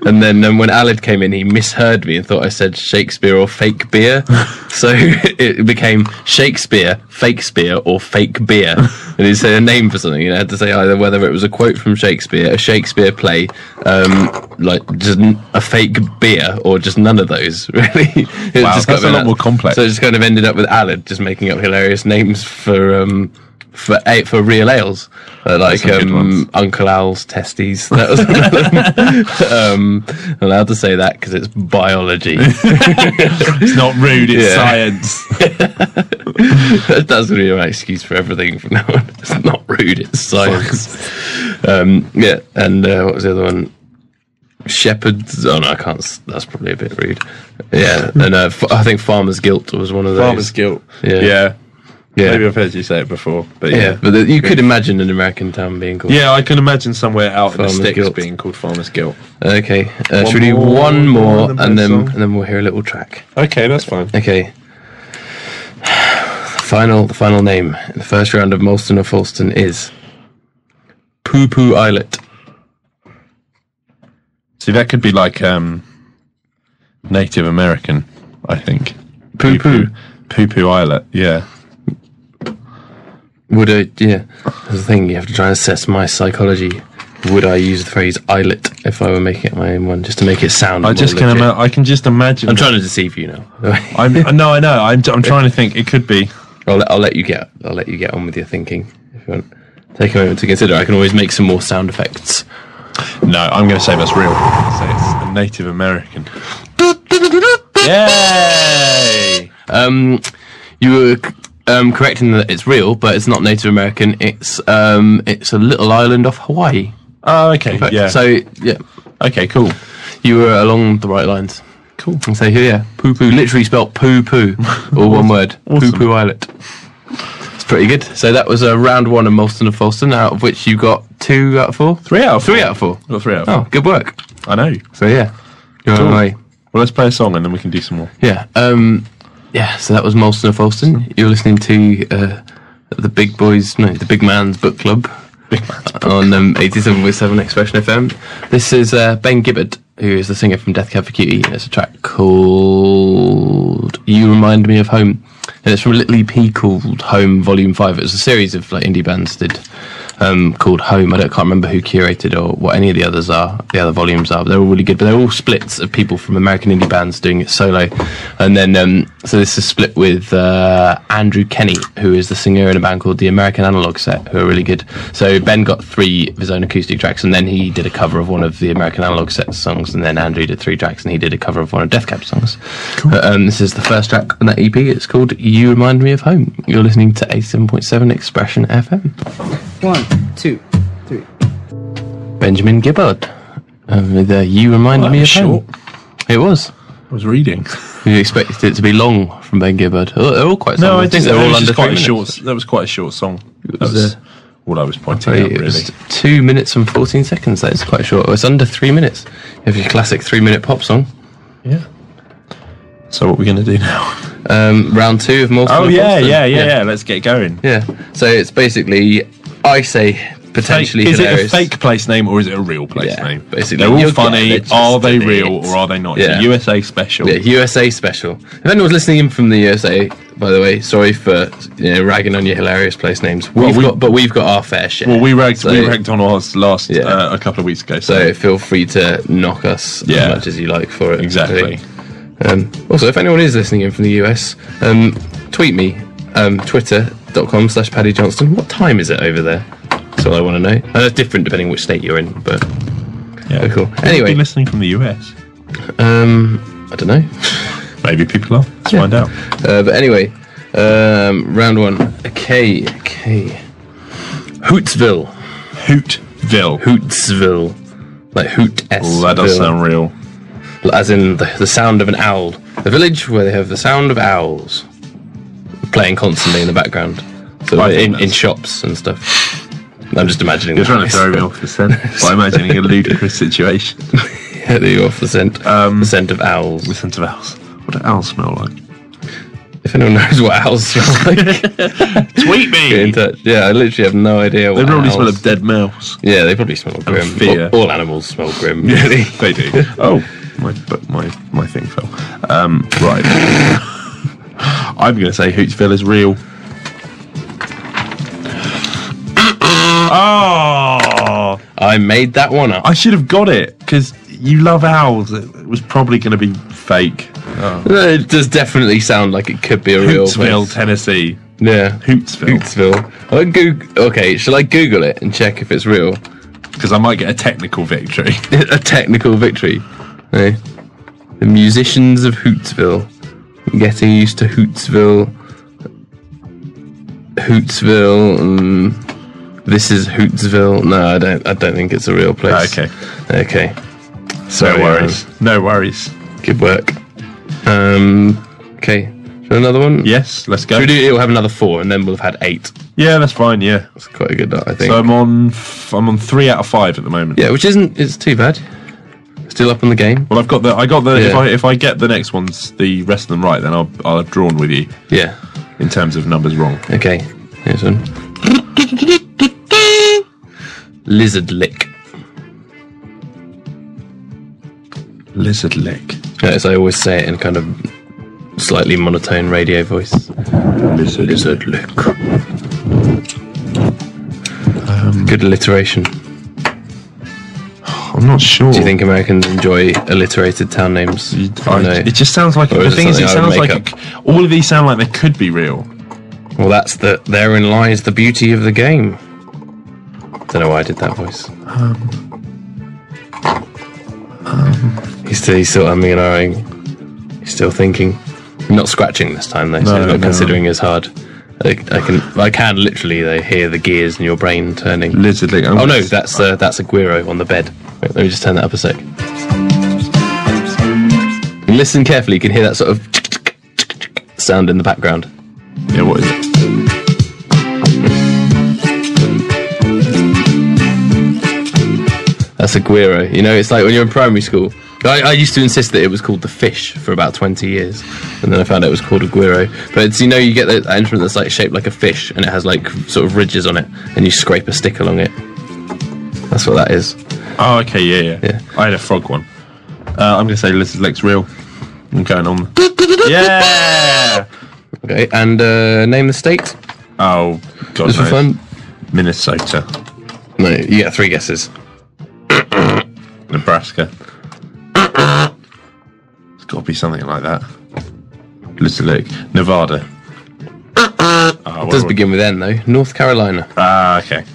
Speaker 4: And then um, when Aled came in, he misheard me and thought I said Shakespeare or
Speaker 3: *laughs*
Speaker 4: fake beer. so *laughs* it became Shakespeare, Fakespeare, or fake beer. And he said a name for something. And I had to say either whether it was a quote from Shakespeare, a Shakespeare play, um, like just n- a fake beer, or just none of those, *laughs* really. It
Speaker 3: Wow,
Speaker 4: just
Speaker 3: that's
Speaker 4: got
Speaker 3: a lot
Speaker 4: that-
Speaker 3: more complex.
Speaker 4: So it just kind of ended up with Aled just making up hilarious names for. Um, for a for real ales, Uh, like
Speaker 3: some good ones.
Speaker 4: um, Uncle Al's testes. *laughs* That was *laughs* um, I'm allowed to say that because it's biology. *laughs*
Speaker 3: It's not rude, it's
Speaker 4: Yeah.
Speaker 3: science.
Speaker 4: That's going to be my excuse for everything from now on. *laughs* It's not rude, it's science. um, yeah, and uh, what was the other one? Shepherds. Oh no, I can't. s- That's probably a bit rude. Yeah,
Speaker 3: *laughs*
Speaker 4: and uh, f- I think Farmer's Guilt was one of those.
Speaker 3: guilt.
Speaker 4: Yeah.
Speaker 3: yeah.
Speaker 4: Yeah.
Speaker 3: I've heard you say it before, but
Speaker 4: Yeah, but the, you could imagine an American town being called.
Speaker 3: Yeah, I can imagine somewhere out
Speaker 4: Farmer's guilt.
Speaker 3: called farmer's guilt.
Speaker 4: Okay. Uh, should we do
Speaker 3: more,
Speaker 4: one more,
Speaker 3: and then
Speaker 4: and
Speaker 3: play a
Speaker 4: then
Speaker 3: song?
Speaker 4: and then we'll hear a little track.
Speaker 3: Okay, that's fine.
Speaker 4: Okay. *sighs* Final, the final name in the first round of Molston or Falston is Poo Poo Islet.
Speaker 3: See, that could be like um, Native American, I think.
Speaker 4: Poo Poo.
Speaker 3: Poo Poo Islet, yeah.
Speaker 4: Would I? Yeah, that's the thing. You have to try and assess my psychology. Would I use the phrase islet if I were making it my own one, just to make it sound?
Speaker 3: I
Speaker 4: more
Speaker 3: just can
Speaker 4: legit?
Speaker 3: ima- I can just imagine.
Speaker 4: I'm trying to deceive you now.
Speaker 3: I'm, no, *laughs* I know. I'm, I'm trying to think. It could be.
Speaker 4: *laughs* I'll let, I'll let you get I'll let you get on with your thinking if you want. Take a moment to consider. I can always make some more sound effects.
Speaker 3: No, I'm going to say that's real. Say it's a Native *laughs* American. Yay!
Speaker 4: Um, you were c- um, correct in that it's real, but it's not Native American. It's um, it's a little island off Hawaii.
Speaker 3: Oh, okay.
Speaker 4: But-
Speaker 3: yeah.
Speaker 4: So yeah,
Speaker 3: okay, cool.
Speaker 4: you were along the right lines.
Speaker 3: Cool.
Speaker 4: And so here, yeah, poo poo, literally spelt
Speaker 3: *laughs*
Speaker 4: poo poo, all one word, poo
Speaker 3: Awesome.
Speaker 4: poo islet. It's pretty good. So that was uh, round one of Molson and Folston, out of which you got two out of four,
Speaker 3: Three out of
Speaker 4: three out of four.
Speaker 3: Got three out of
Speaker 4: Oh, good work.
Speaker 3: I know.
Speaker 4: So yeah, you're on
Speaker 3: Cool.
Speaker 4: the way.
Speaker 3: Well, let's play a song and then we can do some more.
Speaker 4: Yeah. Um, yeah. So that was Molson and Folston. You're listening to uh, the Big Boys, no, the Big Man's Book Club on um, 87.7 Expression FM. This is uh, Ben Gibbard, who is the singer from Death Cab for Cutie. and It's a track called "You Remind Me of Home," and it's from a little EP called Home Volume Five. It was a series of like indie bands did. Um, called Home. I don't, can't remember who curated or what any of the others are. The other volumes are. But they're all really good. But they're all splits of people from American indie bands doing it solo. And then um, so this is split with uh, Andrew Kenny, who is the singer in a band called the American Analog Set, who are really good. So Ben got three of his own acoustic tracks, and then he did a cover of one of the American Analog Set songs. And then Andrew did three tracks, and he did a cover of one of Death Cab songs. But, um, this is the first track on that EP. It's called "You Remind Me of Home." You're listening to 87.7 Expression FM.
Speaker 7: One, two, three.
Speaker 4: Benjamin Gibbard. Um, with, uh, you reminded
Speaker 3: Well, that
Speaker 4: me of
Speaker 3: was short.
Speaker 4: him. It was.
Speaker 3: I was reading.
Speaker 4: You expected it to be long from Ben Gibbard. Oh, They're all quite.
Speaker 3: No, *laughs*
Speaker 4: similar.
Speaker 3: I think they're all under
Speaker 4: three
Speaker 3: quite a
Speaker 4: minutes.
Speaker 3: short. That was quite a short song. That
Speaker 4: was,
Speaker 3: was
Speaker 4: uh,
Speaker 3: all I was pointing out.
Speaker 4: It
Speaker 3: Really,
Speaker 4: was two minutes and fourteen seconds. That is quite short. It's under three minutes. You have your classic three-minute pop song.
Speaker 3: yeah. So what are we going to do now?
Speaker 4: Um, round two of Molson. *laughs*
Speaker 3: Oh
Speaker 4: and
Speaker 3: yeah,
Speaker 4: Falston.
Speaker 3: yeah, yeah, yeah. Let's get going.
Speaker 4: yeah, So it's basically, I say, potentially
Speaker 3: is it
Speaker 4: hilarious.
Speaker 3: a fake place name or is it a real place
Speaker 4: Yeah,
Speaker 3: name?
Speaker 4: basically.
Speaker 3: they're all
Speaker 4: You'll
Speaker 3: funny.
Speaker 4: get it, just
Speaker 3: are they
Speaker 4: a bit.
Speaker 3: real or are they not? It's
Speaker 4: Yeah.
Speaker 3: a USA special.
Speaker 4: Yeah, USA special. If anyone's listening in from the USA, by the way, sorry for you know, ragging on your hilarious place names. We've
Speaker 3: we-
Speaker 4: got, but we've got our fair share.
Speaker 3: Well, we ragged
Speaker 4: So-
Speaker 3: we ragged on ours last
Speaker 4: Yeah.
Speaker 3: uh, a couple of weeks ago. So,
Speaker 4: So feel free to knock us
Speaker 3: Yeah.
Speaker 4: as much as you like for it.
Speaker 3: exactly.
Speaker 4: Um, also, if anyone is listening in from the US, um, tweet me, um, twitter.com slash Paddy Johnston. What time is it over there? That's all I want to know. Uh, it's different depending which state you're in, but
Speaker 3: Yeah,
Speaker 4: oh, cool.
Speaker 3: People
Speaker 4: Anyway.
Speaker 3: be listening from the US.
Speaker 4: um, I don't know.
Speaker 3: Maybe people are. Let's find out.
Speaker 4: Uh, but anyway, um, round one. Okay, okay. Hootsville.
Speaker 3: Hootville.
Speaker 4: Hootsville. Like Hoot S.
Speaker 3: Well, that does sound real.
Speaker 4: As in the, the sound of an owl. The village where they have the sound of owls playing constantly in the background. So
Speaker 3: I think
Speaker 4: in, in
Speaker 3: that's-
Speaker 4: shops and stuff. I'm just imagining
Speaker 3: You're trying
Speaker 4: that.
Speaker 3: to throw me off the scent by imagining a ludicrous situation.
Speaker 4: Yeah, they're off *laughs* the scent.
Speaker 3: Um,
Speaker 4: the scent of owls.
Speaker 3: Listen to owls. What do owls smell like?
Speaker 4: If anyone knows what owls smell like,
Speaker 3: Tweet
Speaker 4: get
Speaker 3: *laughs*
Speaker 4: in
Speaker 3: me.
Speaker 4: touch. Yeah, I literally have no idea what
Speaker 3: They probably
Speaker 4: owls.
Speaker 3: smell of dead
Speaker 4: *laughs*
Speaker 3: mouse.
Speaker 4: Yeah, they probably smell grim.
Speaker 3: fear.
Speaker 4: All, all animals smell grim, really.
Speaker 3: They do. Oh, my but my my thing fell. Um, right. I'm going to say Hootsville is real. oh,
Speaker 4: I made that one up.
Speaker 3: I should have got it because you love owls. It was probably going to be fake.
Speaker 4: It does definitely sound like it could be a real
Speaker 3: Hootsville,
Speaker 4: place.
Speaker 3: Tennessee.
Speaker 4: Yeah.
Speaker 3: Hootsville.
Speaker 4: Hootsville. I Goog- okay, shall I Google it and check if it's real?
Speaker 3: Because I might get a technical
Speaker 4: *laughs*
Speaker 3: victory.
Speaker 4: a technical victory. Eh? The musicians of Hootsville. Getting used to Hootsville. Hootsville. Um, this is Hootsville. No, I don't. I don't think it's a real place.
Speaker 3: okay.
Speaker 4: Okay.
Speaker 3: No
Speaker 4: Sorry,
Speaker 3: worries. No worries.
Speaker 4: Aaron. Good work. Um. Okay. Shall another one?
Speaker 3: Yes, let's go.
Speaker 4: Should we do? We'll have another four, and then we'll have had eight.
Speaker 3: Yeah, that's fine. Yeah.
Speaker 4: That's quite a good lot, I think.
Speaker 3: So um, I'm on. F- I'm on three out of five at the moment.
Speaker 4: yeah, which isn't. It's too bad. Still up on the game.
Speaker 3: Well, I've got the. I got the. If
Speaker 4: Yeah.
Speaker 3: I if I get the next ones, the rest of them right, then I'll I'll have drawn with you
Speaker 4: Yeah.
Speaker 3: in terms of numbers wrong.
Speaker 4: Okay, here's one. lizard lick.
Speaker 3: Lizard lick.
Speaker 4: As I always say it in kind of slightly monotone radio voice.
Speaker 3: Lizard.
Speaker 4: Lizard lick. Good alliteration.
Speaker 3: I'm not sure.
Speaker 4: Do you think Americans enjoy alliterated town names?
Speaker 3: I,
Speaker 4: know.
Speaker 3: it just sounds like
Speaker 4: Or
Speaker 3: the
Speaker 4: is it
Speaker 3: thing is, it sounds
Speaker 4: something I would
Speaker 3: like
Speaker 4: make
Speaker 3: it, all of these sound like they could be real.
Speaker 4: Well, that's the. Therein lies the beauty of the game. Don't know why I did that voice. Um,
Speaker 3: Um,
Speaker 4: he's still he's still umming and ahhing. He's still thinking. Not scratching this time though, so
Speaker 3: No,
Speaker 4: he's not
Speaker 3: no.
Speaker 4: considering as hard. I, I can I can literally though hear the gears in your brain turning.
Speaker 3: Lizard lick. I'm
Speaker 4: Oh no,
Speaker 3: gonna-
Speaker 4: that's uh, that's Aguero on the bed. Wait, let me just turn that up a sec. And listen carefully. You can hear that sort of sound in the background.
Speaker 3: yeah, what is it?
Speaker 4: That's Aguero. You know, it's like when you're in primary school. I, I used to insist that it was called the fish for about 20 years, and then I found out it was called Aguero. But it's, you know, you get that instrument that's like shaped like a fish, and it has like sort of ridges on it, and you scrape a stick along it. That's what that is.
Speaker 3: Oh, okay, yeah, yeah,
Speaker 4: Yeah.
Speaker 3: I had a frog one. Uh, I'm gonna say lizard lick's real. I'm going
Speaker 4: *laughs*
Speaker 3: on. yeah.
Speaker 4: Okay, and uh, name the state
Speaker 3: Oh God,
Speaker 4: just
Speaker 3: no.
Speaker 4: for fun.
Speaker 3: Minnesota,
Speaker 4: No, you get three guesses.
Speaker 3: Nebraska. it's got to be something like that. Lizard lick, Nevada. Oh,
Speaker 4: It does
Speaker 3: well,
Speaker 4: begin with N though. North Carolina.
Speaker 3: Ah, okay.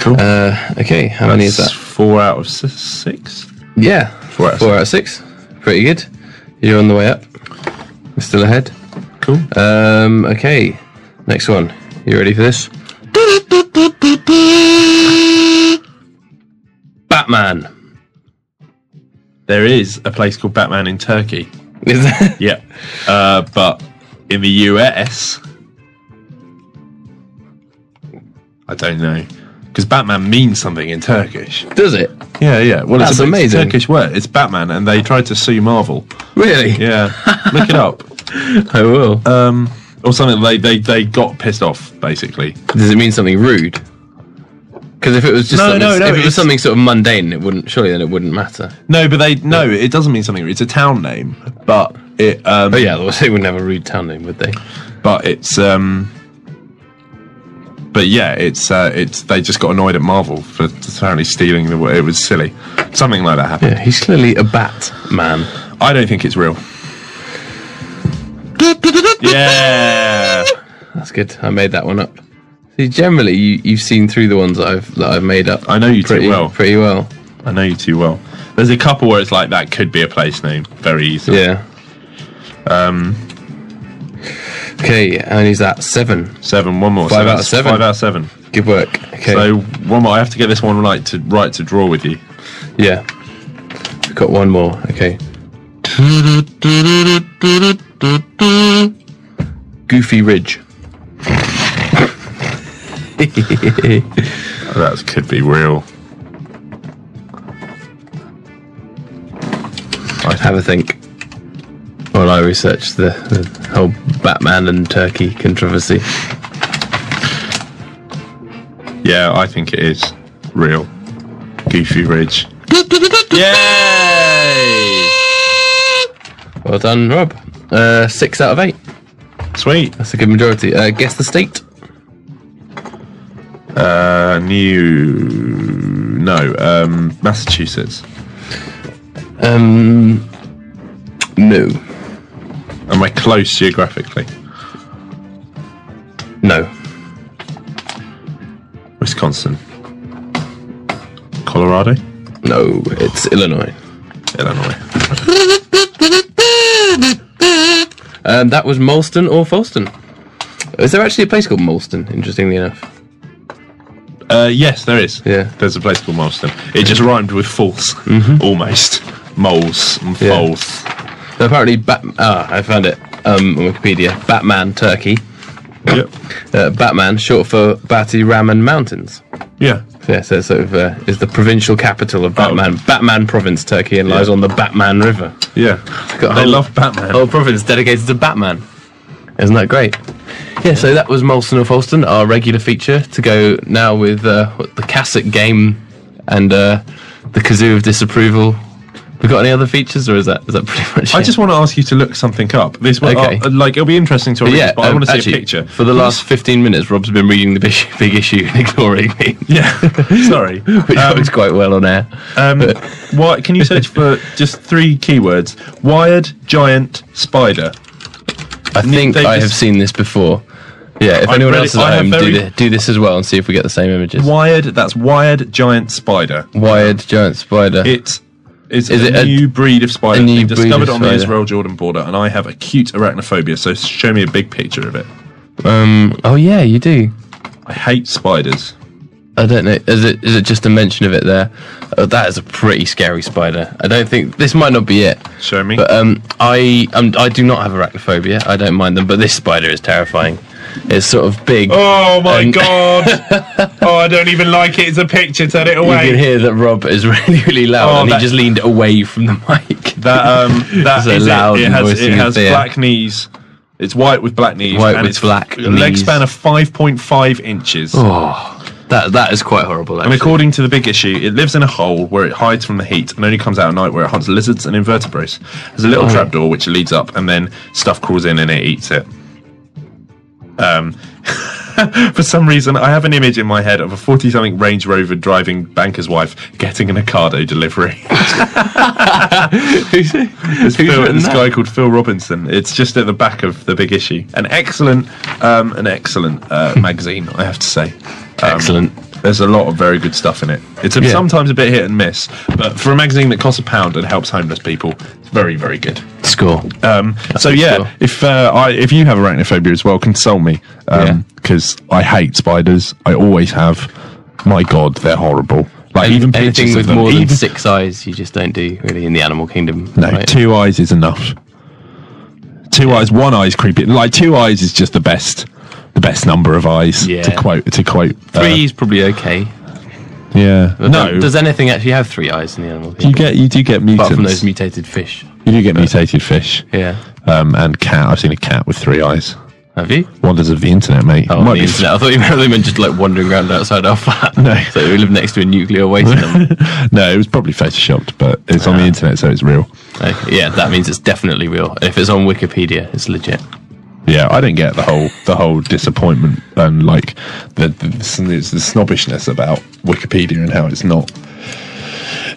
Speaker 3: Cool.
Speaker 4: Uh, okay, how many is
Speaker 3: That's
Speaker 4: that?
Speaker 3: four out of si- six.
Speaker 4: Yeah,
Speaker 3: Four out of
Speaker 4: out of six. Pretty good. You're on the way up. You're still ahead.
Speaker 3: Cool.
Speaker 4: Um, okay, next one. You ready for this? Batman.
Speaker 3: there is a place called Batman in Turkey.
Speaker 4: Is that? *laughs*
Speaker 3: Yeah. Uh, but in the US, I don't know. Because Batman means something in Turkish.
Speaker 4: Does it?
Speaker 3: Yeah, yeah. Well,
Speaker 4: That's
Speaker 3: it's a big
Speaker 4: amazing.
Speaker 3: Turkish word. It's Batman, and they tried to sue Marvel.
Speaker 4: Really? *laughs*
Speaker 3: Yeah. Look it up.
Speaker 4: I will.
Speaker 3: Um, or something. They, they, they got pissed off, basically.
Speaker 4: Does it mean something rude? Because if it was just
Speaker 3: No,
Speaker 4: something,
Speaker 3: no, no,
Speaker 4: if it was
Speaker 3: it's-
Speaker 4: something sort of mundane, it wouldn't surely then it wouldn't matter.
Speaker 3: No, but they. No, it doesn't mean something. It's a town name. But it. Um,
Speaker 4: Oh yeah, otherwise they wouldn't have a rude town name, would they?
Speaker 3: but it's um but yeah it's uh it's they just got annoyed at marvel for apparently stealing the it was silly something like that happened
Speaker 4: Yeah, he's clearly a bat man.
Speaker 3: i don't think it's real yeah
Speaker 4: That's good. I made that one up. See, generally, you, you've seen through the ones that I've that I've made up.
Speaker 3: I know you too
Speaker 4: pretty
Speaker 3: well.
Speaker 4: Pretty well.
Speaker 3: i know you too well there's a couple where it's like that could be a place name very easily
Speaker 4: Yeah. Um. Okay, how many's that? Seven.
Speaker 3: seven one more
Speaker 4: Five
Speaker 3: So
Speaker 4: out of
Speaker 3: that's
Speaker 4: seven.
Speaker 3: five out of seven
Speaker 4: Good work. Okay.
Speaker 3: so one more i have to get this one right to right to draw with you
Speaker 4: yeah. We've got one more. Okay. Goofy Ridge.
Speaker 3: that could be real
Speaker 4: Have a think. While I research the, the whole Batman and Turkey controversy.
Speaker 3: Yeah, I think it is real. Goofy Ridge. Yay!
Speaker 4: Well done, Rob. Uh, six out of eight.
Speaker 3: Sweet.
Speaker 4: That's a good majority. Uh, guess the state.
Speaker 3: Uh, new. No, um, Massachusetts.
Speaker 4: Um, no,
Speaker 3: Am I close geographically?
Speaker 4: no.
Speaker 3: Wisconsin. Colorado?
Speaker 4: No, it's Illinois.
Speaker 3: Illinois.
Speaker 4: Um, that was Molston or Folston. Is there actually a place called Molston? Interestingly enough,
Speaker 3: Uh, yes, there is.
Speaker 4: Yeah. Mm-hmm.
Speaker 3: There's a place called Molston. It just rhymed with false, almost. Moles and
Speaker 4: Yeah.
Speaker 3: foals.
Speaker 4: So apparently, Bat- ah, I found it um, on Wikipedia. Batman, Turkey.
Speaker 3: Yep.
Speaker 4: Uh, Batman, short for Bati Raman Mountains.
Speaker 3: Yeah.
Speaker 4: Yeah, so it sort of uh, is the provincial capital of Batman, Batman Province, Turkey, and lies
Speaker 3: Oh. Yeah. Oh,
Speaker 4: on the Batman River.
Speaker 3: Yeah.
Speaker 4: got a
Speaker 3: They
Speaker 4: whole-
Speaker 3: love Batman.
Speaker 4: Whole province dedicated to Batman. Isn't that great? Yeah, so that was Molson of Holston, our regular feature, to go now with uh, what, the Cossack game and uh, the kazoo of disapproval. We got any other features, or is that is that pretty much?
Speaker 3: I
Speaker 4: it?
Speaker 3: just want to ask you to look something up. This one,
Speaker 4: Okay.
Speaker 3: uh, like, it'll be interesting to read,
Speaker 4: yeah.
Speaker 3: but I
Speaker 4: um,
Speaker 3: want to see
Speaker 4: actually,
Speaker 3: a picture. *laughs*
Speaker 4: For the last fifteen minutes, Rob's been reading the big, *laughs* big issue and ignoring me, *laughs*
Speaker 3: Yeah, *laughs* sorry.
Speaker 4: which
Speaker 3: Um,
Speaker 4: works quite well on air.
Speaker 3: um, why, can you search for just three keywords? Wired, giant, spider.
Speaker 4: I think
Speaker 3: they
Speaker 4: I
Speaker 3: just-
Speaker 4: have seen this before. Yeah, if
Speaker 3: I
Speaker 4: anyone
Speaker 3: really-
Speaker 4: else is
Speaker 3: I
Speaker 4: at
Speaker 3: have
Speaker 4: home, do,
Speaker 3: very-
Speaker 4: the, do this as well and see if we get the same images.
Speaker 3: Wired, that's wired, giant, spider.
Speaker 4: Wired giant spider.
Speaker 3: It is,
Speaker 4: Is
Speaker 3: a
Speaker 4: it a-
Speaker 3: new breed of spider
Speaker 4: a new
Speaker 3: thing
Speaker 4: breed
Speaker 3: discovered
Speaker 4: of
Speaker 3: on the
Speaker 4: spider.
Speaker 3: Israel Jordan border, and I have acute arachnophobia, so show me a big picture of it.
Speaker 4: Um. Oh yeah, you do.
Speaker 3: I hate spiders.
Speaker 4: I don't know. Is it is it just a mention of it there? Oh, that is a pretty scary spider. I don't think this might not be it.
Speaker 3: Show me.
Speaker 4: But um, I um, I do not have arachnophobia. I don't mind them, but this spider is terrifying. It's sort of big.
Speaker 3: oh my
Speaker 4: and- *laughs*
Speaker 3: god! oh, I don't even like it. It's a picture. Turn it
Speaker 4: You can
Speaker 3: away.
Speaker 4: hear that Rob is *laughs* really, really loud,
Speaker 3: Oh,
Speaker 4: and he
Speaker 3: that-
Speaker 4: just leaned away from the mic.
Speaker 3: That
Speaker 4: *laughs*
Speaker 3: um, that
Speaker 4: It's a
Speaker 3: is it.
Speaker 4: loud
Speaker 3: it. has
Speaker 4: voice
Speaker 3: it
Speaker 4: in
Speaker 3: has
Speaker 4: there.
Speaker 3: black knees. It's white with black knees.
Speaker 4: White
Speaker 3: and
Speaker 4: with
Speaker 3: it's
Speaker 4: black
Speaker 3: a Leg
Speaker 4: knees.
Speaker 3: span of five point five inches.
Speaker 4: Oh, that that is quite horrible.
Speaker 3: And
Speaker 4: Actually.
Speaker 3: according to the big issue, it lives in a hole where it hides from the heat and only comes out at night where it hunts lizards and invertebrates. There's a little trapdoor which leads up and then stuff crawls in and it eats it. Um, *laughs* for some reason, I have an image in my head of a 40 something Range Rover driving banker's wife getting an Ocado delivery. *laughs*
Speaker 4: Who's-
Speaker 3: It's
Speaker 4: who's
Speaker 3: Phil,
Speaker 4: written
Speaker 3: this
Speaker 4: that?
Speaker 3: guy called Phil Robinson. It's just at the back of the big issue. An excellent, um, an excellent uh, *laughs* magazine, I have to say. Um,
Speaker 4: Excellent.
Speaker 3: There's a lot of very good stuff in it. It's a,
Speaker 4: Yeah.
Speaker 3: sometimes a bit hit and miss, but for a magazine that costs a pound and helps homeless people, it's very, very good.
Speaker 4: Score.
Speaker 3: Um, so yeah,
Speaker 4: sure.
Speaker 3: if uh, I, if you have arachnophobia as well, consult me because I hate spiders. I always have. My God, they're horrible. Like even pictures
Speaker 4: Anything
Speaker 3: of
Speaker 4: with
Speaker 3: them,
Speaker 4: more than
Speaker 3: even-
Speaker 4: six eyes, you just don't do really in the animal kingdom.
Speaker 3: No,
Speaker 4: right?
Speaker 3: two eyes is enough. Two eyes, one eye's creepy. Like two eyes is just the best, the best number of eyes.
Speaker 4: Yeah.
Speaker 3: To quote, to quote, uh,
Speaker 4: Three is probably okay.
Speaker 3: yeah.
Speaker 4: But
Speaker 3: No,
Speaker 4: then- Does anything actually have three eyes in the animal
Speaker 3: you
Speaker 4: kingdom?
Speaker 3: get you do get
Speaker 4: Apart from
Speaker 3: mutants.
Speaker 4: those mutated fish.
Speaker 3: you do get mutated fish.
Speaker 4: Yeah.
Speaker 3: Um, and cat. I've seen a cat with three eyes.
Speaker 4: Have you?
Speaker 3: Wonders of the internet, mate.
Speaker 4: Oh,
Speaker 3: Might
Speaker 4: on the
Speaker 3: be-
Speaker 4: internet. I thought you meant, they meant just like wandering around outside our flat.
Speaker 3: No.
Speaker 4: So we live next to a nuclear waste dump.
Speaker 3: *laughs* no, it was probably photoshopped, but it's
Speaker 4: Ah.
Speaker 3: on the internet, so it's real.
Speaker 4: Okay, yeah, that means it's definitely real. If it's on Wikipedia, it's legit.
Speaker 3: Yeah, I don't get the whole the whole disappointment and like the the, the, the snobbishness about Wikipedia and how it's not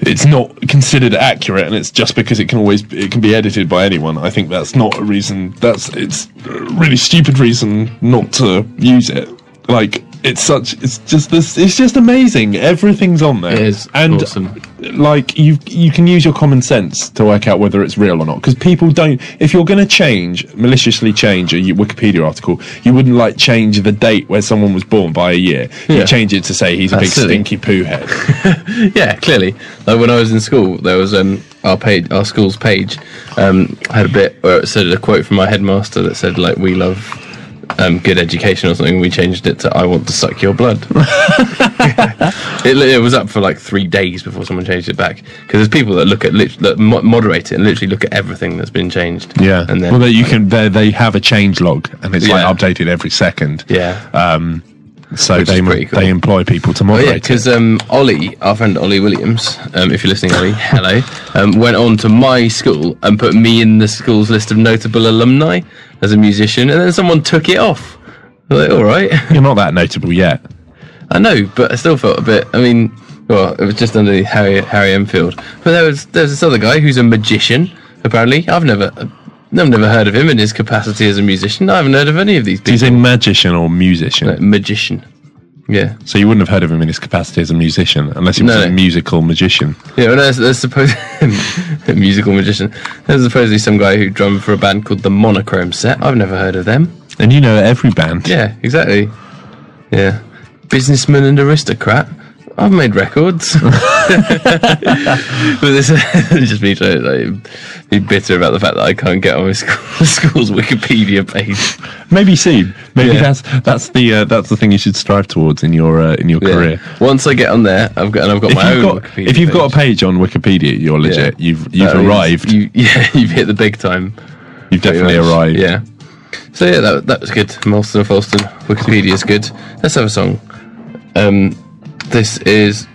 Speaker 3: it's not considered accurate, and it's just because it can always it can be edited by anyone. I think that's not a reason. That's it's a really stupid reason not to use it. Like it's such it's just this it's just amazing. Everything's on there.
Speaker 4: It is
Speaker 3: and
Speaker 4: awesome.
Speaker 3: like you you can use your common sense to work out whether it's real or not because people don't if you're going to change maliciously change a wikipedia article you wouldn't like change the date where someone was born by a year
Speaker 4: Yeah.
Speaker 3: you change it to say he's a
Speaker 4: That's
Speaker 3: big
Speaker 4: silly.
Speaker 3: stinky poo head
Speaker 4: Yeah, clearly. Like when I was in school, there was um, our page, our school's page, um, had a bit where it said a quote from our headmaster that said like, "We love um, good education" or something. We changed it to "I want to suck your blood." it, li- it was up for like three days before someone changed it back because there's people that look at lit- that mo- moderate it and literally look at everything that's been changed. and then
Speaker 3: you can they, they have a change log and it's
Speaker 4: Yeah.
Speaker 3: updated every second
Speaker 4: yeah.
Speaker 3: um so
Speaker 4: Which is pretty cool.
Speaker 3: employ people to
Speaker 4: Oh yeah,
Speaker 3: moderate
Speaker 4: because um, Ollie, our friend Ollie Williams, um, if you're listening, Ollie, *laughs* hello, um, went on to my school and put me in the school's list of notable alumni as a musician, and then someone took it off. I was Like, all right, *laughs*
Speaker 3: you're not that notable yet
Speaker 4: I know, but I still felt a bit. I mean, well, it was just under Harry Harry Enfield, but there was there's this other guy who's a magician. Apparently, I've never. I've never heard of him in his capacity as a musician. I haven't heard of any of these people.
Speaker 3: he's a magician or musician
Speaker 4: Like, magician. Yeah.
Speaker 3: so you wouldn't have heard of him in his capacity as a musician unless he was
Speaker 4: No,
Speaker 3: a
Speaker 4: no.
Speaker 3: musical magician
Speaker 4: Yeah, well, there's, there's supposed *laughs* musical magician. There's supposedly some guy who drummed for a band called the Monochrome Set. I've never heard of them.
Speaker 3: and you know every band
Speaker 4: Yeah, exactly. Yeah, businessman and aristocrat. I've made records, *laughs* but this is *laughs* just me trying to like, be bitter about the fact that I can't get on my school, *laughs* school's Wikipedia page.
Speaker 3: Maybe soon. Maybe
Speaker 4: Yeah.
Speaker 3: that's that's the uh, that's the thing you should strive towards in your uh, in your
Speaker 4: Yeah.
Speaker 3: career.
Speaker 4: Once I get on there, I've got and I've got
Speaker 3: If
Speaker 4: my
Speaker 3: you've
Speaker 4: own.
Speaker 3: got
Speaker 4: Wikipedia
Speaker 3: if you've got a
Speaker 4: page,
Speaker 3: page on Wikipedia, you're legit.
Speaker 4: Yeah.
Speaker 3: You've you've
Speaker 4: *laughs* that means
Speaker 3: arrived.
Speaker 4: You, yeah, you've hit the big time.
Speaker 3: you've
Speaker 4: pretty
Speaker 3: definitely
Speaker 4: much.
Speaker 3: arrived.
Speaker 4: Yeah. So yeah, that, that was good. Molston and Folston. Wikipedia is good. Let's have a song. Um, this is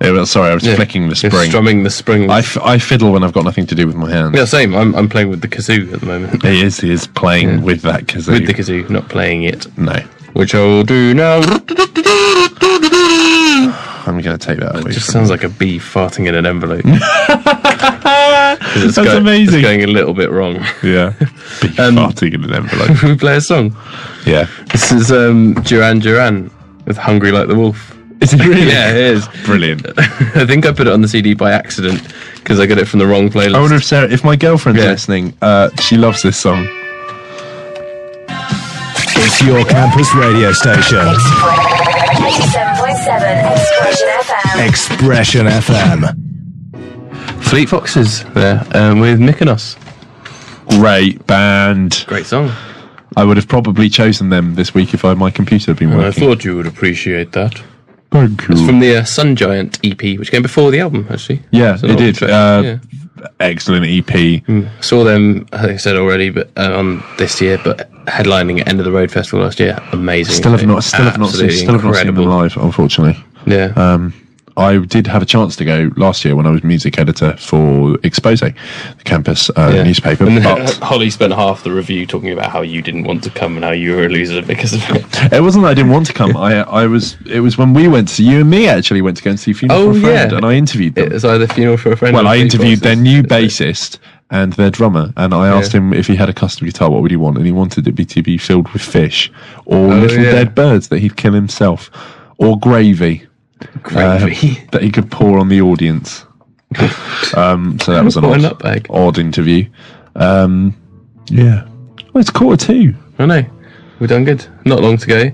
Speaker 3: Yeah, well, sorry, I was
Speaker 4: yeah,
Speaker 3: flicking the
Speaker 4: you're
Speaker 3: spring.
Speaker 4: Strumming the spring.
Speaker 3: I, f- I fiddle when I've got nothing to do with my hands.
Speaker 4: yeah, same. I'm, I'm playing with the kazoo at the moment.
Speaker 3: He is he is playing with that kazoo.
Speaker 4: With the kazoo, not playing it,
Speaker 3: no,
Speaker 4: which I will do now.
Speaker 3: I'm going to take that away.
Speaker 4: Just *laughs*
Speaker 3: from
Speaker 4: sounds like a bee farting in an *laughs* envelope. 'Cause it's
Speaker 3: That's
Speaker 4: go-
Speaker 3: amazing.
Speaker 4: It's going Um, a little bit wrong. *laughs*
Speaker 3: Yeah, be farting in an envelope.
Speaker 4: Can we play a song?
Speaker 3: Yeah,
Speaker 4: This is um, Duran Duran with "Hungry Like the Wolf."
Speaker 3: is it really?
Speaker 4: *laughs* *laughs* Yeah, it is.
Speaker 3: brilliant.
Speaker 4: I think I put it on the CD by accident because I got it from the wrong playlist.
Speaker 3: I wonder if Sarah, if my girlfriend's
Speaker 4: Yeah.
Speaker 3: listening, uh, she loves this song.
Speaker 8: It's your campus radio station,
Speaker 9: Seven point seven Expression FM.
Speaker 8: Expression FM.
Speaker 4: Fleet Foxes there um, with Mykonos.
Speaker 3: Great band.
Speaker 4: Great song.
Speaker 3: I would have probably chosen them this week if I, my computer had been
Speaker 4: I
Speaker 3: working.
Speaker 4: thought you would appreciate that.
Speaker 3: Thank you.
Speaker 4: It's from the uh, Sun Giant EP, which came before the album, actually.
Speaker 3: yeah,
Speaker 4: It's an
Speaker 3: it
Speaker 4: old
Speaker 3: did.
Speaker 4: track,
Speaker 3: Uh,
Speaker 4: yeah. Mm.
Speaker 3: Excellent E EP.
Speaker 4: Saw them, I think I said already, but uh, on this year, but headlining at End of the Road Festival last year. Amazing.
Speaker 3: Still have not, still have not, seen,
Speaker 4: Absolutely
Speaker 3: still have not seen them Um,
Speaker 4: incredible.
Speaker 3: live, unfortunately.
Speaker 4: Yeah.
Speaker 3: I did have a chance to go last year when I was music editor for Expose, the campus uh,
Speaker 4: Yeah.
Speaker 3: newspaper.
Speaker 4: *laughs* *laughs* And
Speaker 3: But
Speaker 4: Holly spent half the review talking about how you didn't want to come and how you were a loser because of it.
Speaker 3: it wasn't that I didn't want to come. I I was. It was when we went to you and me actually went to go and see Funeral
Speaker 4: Oh,
Speaker 3: for a Friend,
Speaker 4: yeah.
Speaker 3: and I interviewed them.
Speaker 4: It was either funeral for a friend.
Speaker 3: well,
Speaker 4: or
Speaker 3: I
Speaker 4: Fleet
Speaker 3: interviewed their
Speaker 4: Foxes.
Speaker 3: new bassist and their drummer, and I asked him if he had a custom guitar, what would he want, and he wanted it be to be filled with fish or little
Speaker 4: Oh, yeah.
Speaker 3: dead birds that he'd kill himself, or gravy. uh,
Speaker 4: Gravy.
Speaker 3: *laughs* that he could pour on the
Speaker 4: *laughs*
Speaker 3: audience. um, so that was an
Speaker 4: What a
Speaker 3: odd,
Speaker 4: nutbag.
Speaker 3: odd interview. Um, yeah. Well, it's quarter two.
Speaker 4: I know. We've done good. Not long to go.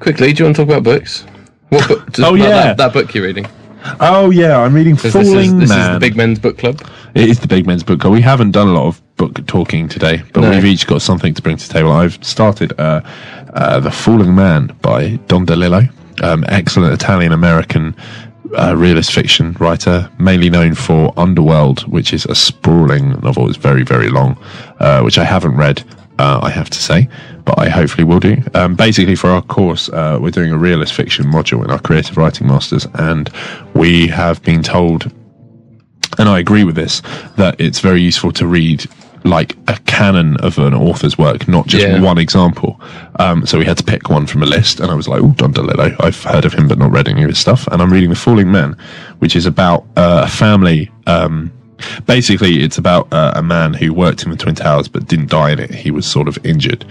Speaker 4: Quickly, do you want to talk about books? What book? Just
Speaker 3: Oh,
Speaker 4: about
Speaker 3: yeah.
Speaker 4: that, that book you're reading.
Speaker 3: Oh yeah, I'm reading
Speaker 4: 'Cause
Speaker 3: Falling
Speaker 4: this is, this
Speaker 3: Man.
Speaker 4: is the Big Men's Book Club.
Speaker 3: It is the Big Men's Book Club. We haven't done a lot of book talking today, but
Speaker 4: No.
Speaker 3: we've each got something to bring to the table. I've started uh, uh, The Falling Man by Don DeLillo, um, excellent Italian American uh, realist fiction writer, mainly known for Underworld, which is a sprawling novel. It's very, very long, uh, which I haven't read. Uh, I have to say, but I hopefully will do. Um, basically, for our course, uh, we're doing a realist fiction module in our creative writing masters, and we have been told and I agree with this that it's very useful to read like a canon of an author's work, not just
Speaker 4: Yeah.
Speaker 3: one example. Um, so we had to pick one from a list, and I was like, "Oh, Don DeLillo, I've heard of him, but not read any of his stuff." And I'm reading *The Falling Man*, which is about uh, a family. Um, basically, it's about uh, a man who worked in the Twin Towers but didn't die in it. He was sort of injured,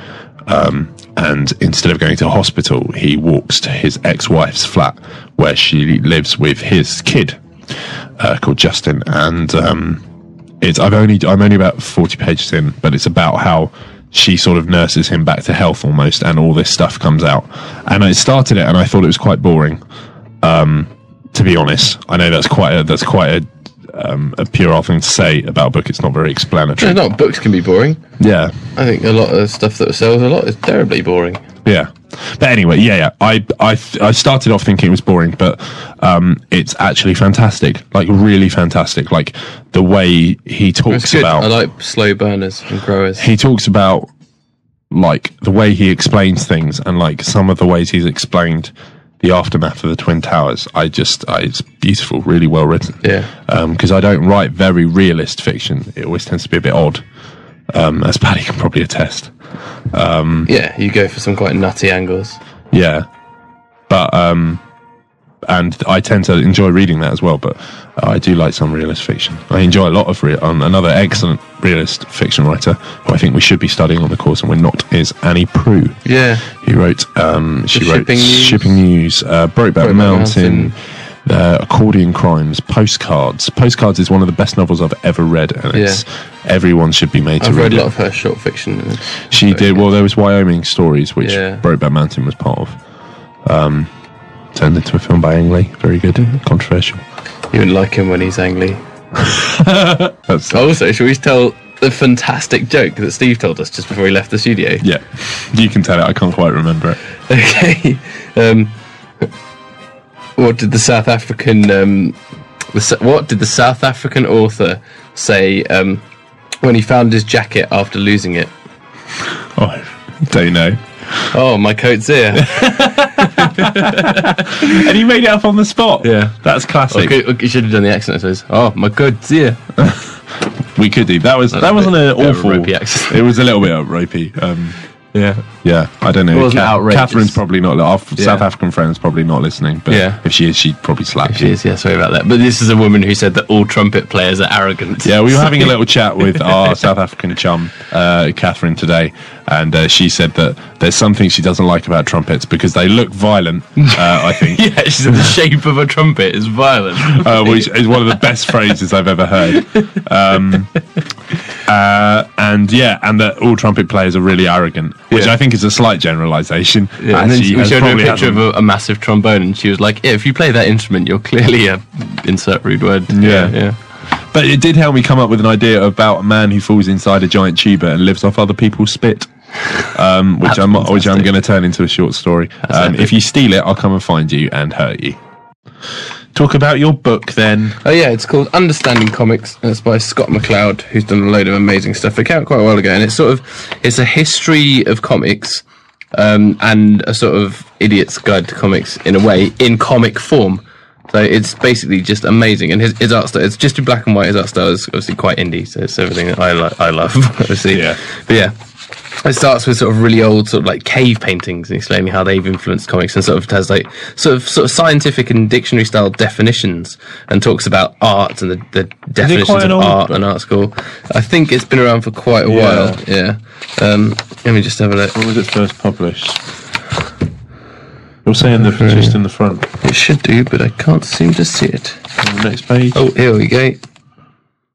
Speaker 3: um, and instead of going to hospital, he walks to his ex-wife's flat where she lives with his kid uh, called Justin, and um, it's I've only I'm only about forty pages in, but it's about how she sort of nurses him back to health almost, and all this stuff comes out. And I started it, and I thought it was quite boring, um, to be honest. I know that's quite a, that's quite a, um, a puerile thing to say about a book. It's not very
Speaker 4: No, *laughs*
Speaker 3: explanatory.
Speaker 4: not books can be boring.
Speaker 3: Yeah,
Speaker 4: I think a lot of stuff that sells a lot is terribly boring.
Speaker 3: Yeah. But anyway, yeah, yeah. I, I, I started off thinking it was boring, but um, it's actually fantastic. Like, really fantastic. Like, the way he
Speaker 4: It's
Speaker 3: talks
Speaker 4: good.
Speaker 3: about
Speaker 4: I like slow burners and growers.
Speaker 3: he talks about like the way he explains things and like some of the ways he's explained the aftermath of the twin towers i just I, it's beautiful really well written
Speaker 4: Yeah.
Speaker 3: because i don't write very realist fiction it always tends to be a bit odd um, as paddy can probably attest
Speaker 4: yeah, you go for some quite nutty angles.
Speaker 3: Yeah, but um, and I tend to enjoy reading that as well. But I do like some realist fiction. I enjoy a lot of real. Um, another excellent realist fiction writer who I think we should be studying on the course, and we're not, is Annie Prue.
Speaker 4: Yeah.
Speaker 3: He wrote. Um, she wrote
Speaker 4: Shipping News.
Speaker 3: Shipping News, uh, Brokeback
Speaker 4: Brokeback
Speaker 3: Mountain.
Speaker 4: Mountain.
Speaker 3: Uh, accordion crimes, postcards. Postcards is one of the best novels I've ever read, and it's everyone should be made to
Speaker 4: I've
Speaker 3: read
Speaker 4: read a
Speaker 3: it.
Speaker 4: lot of her short fiction. and it's
Speaker 3: She
Speaker 4: very
Speaker 3: did.
Speaker 4: good.
Speaker 3: Well, there was Wyoming Stories, which
Speaker 4: Yeah.
Speaker 3: Brokeback Mountain was part of. Um, turned into a film by Ang Lee. Very good.
Speaker 4: Mm-hmm.
Speaker 3: Controversial.
Speaker 4: You wouldn't like him when he's angry.
Speaker 3: *laughs* That's
Speaker 4: Also, shall we tell the fantastic joke that Steve told us just before he left the studio?
Speaker 3: yeah. You can tell it. I can't quite remember it.
Speaker 4: Okay. Um, what did the South African um, the, Sa- what did the South African author say um, when he found his jacket after losing it?
Speaker 3: Oh, Don't know.
Speaker 4: Oh, my
Speaker 3: *laughs*
Speaker 4: coat's here.
Speaker 3: And he made it up on the spot.
Speaker 4: Yeah.
Speaker 3: That's classic.
Speaker 4: I could, I should have done the accent. I suppose. Oh, my coat's here.
Speaker 3: We could do that. Was that
Speaker 4: a
Speaker 3: wasn't
Speaker 4: bit-
Speaker 3: an
Speaker 4: bit of a
Speaker 3: awful.
Speaker 4: ropey accent.
Speaker 3: It was a little bit of ropey. Um,
Speaker 4: Yeah.
Speaker 3: *laughs* yeah, I don't know.
Speaker 4: It wasn't outrageous.
Speaker 3: Catherine's probably not. Our f-
Speaker 4: Yeah.
Speaker 3: South African friend's probably not listening. But
Speaker 4: Yeah.
Speaker 3: if she is, she'd probably slap
Speaker 4: She
Speaker 3: you.
Speaker 4: is, yeah, sorry about that. But this is a woman who said that all trumpet players are arrogant.
Speaker 3: Yeah, we were having a little chat with our South African chum, uh, Catherine, today, and uh, she said that there's something she doesn't like about trumpets because they look violent. Uh, I
Speaker 4: *laughs*
Speaker 3: think.
Speaker 4: *laughs* Yeah, she said the shape of a trumpet is violent.
Speaker 3: uh, which is one of the best phrases I've ever heard. Um, uh, and yeah, and that all trumpet players are really arrogant, which
Speaker 4: Yeah.
Speaker 3: I think is a slight generalisation.
Speaker 4: Yeah, and then she, we
Speaker 3: has
Speaker 4: showed her a
Speaker 3: probably
Speaker 4: picture of
Speaker 3: hasn't-
Speaker 4: a, a massive trombone, and she was like, yeah, "If you play that instrument, you're clearly a insert rude word."
Speaker 3: Yeah.
Speaker 4: yeah.
Speaker 3: But it did help me come up with an idea about a man who falls inside a giant tuber and lives off other people's spit. Um, which
Speaker 4: That's
Speaker 3: I'm which I'm
Speaker 4: fantastic.
Speaker 3: going to turn into a short story. Um,
Speaker 4: epic.
Speaker 3: if you steal it, I'll come and find you and hurt you. Talk about your book then.
Speaker 4: Oh yeah, it's called Understanding Comics, and it's by Scott McLeod, who's done a load of amazing stuff. It came out quite a while ago, and it's sort of it's a history of comics, um, and a sort of idiot's guide to comics in a way, in comic form. So it's basically just amazing, and his, his art style—it's just in black and white. His art style is obviously quite indie, so it's everything that I like. I love, *laughs* obviously.
Speaker 3: Yeah.
Speaker 4: But yeah, it starts with sort of really old sort of like cave paintings and explaining how they've influenced comics and sort of has like sort of sort of scientific and dictionary style definitions and talks about art and the, the definitions
Speaker 3: quite
Speaker 4: of
Speaker 3: an old
Speaker 4: art and art school. I think it's been around for quite a while. Yeah. Um, let me just have a look.
Speaker 3: When was it first published? You're saying the just in the front,
Speaker 4: It should do, but I can't seem to see it.
Speaker 3: next page.
Speaker 4: Oh, here we go.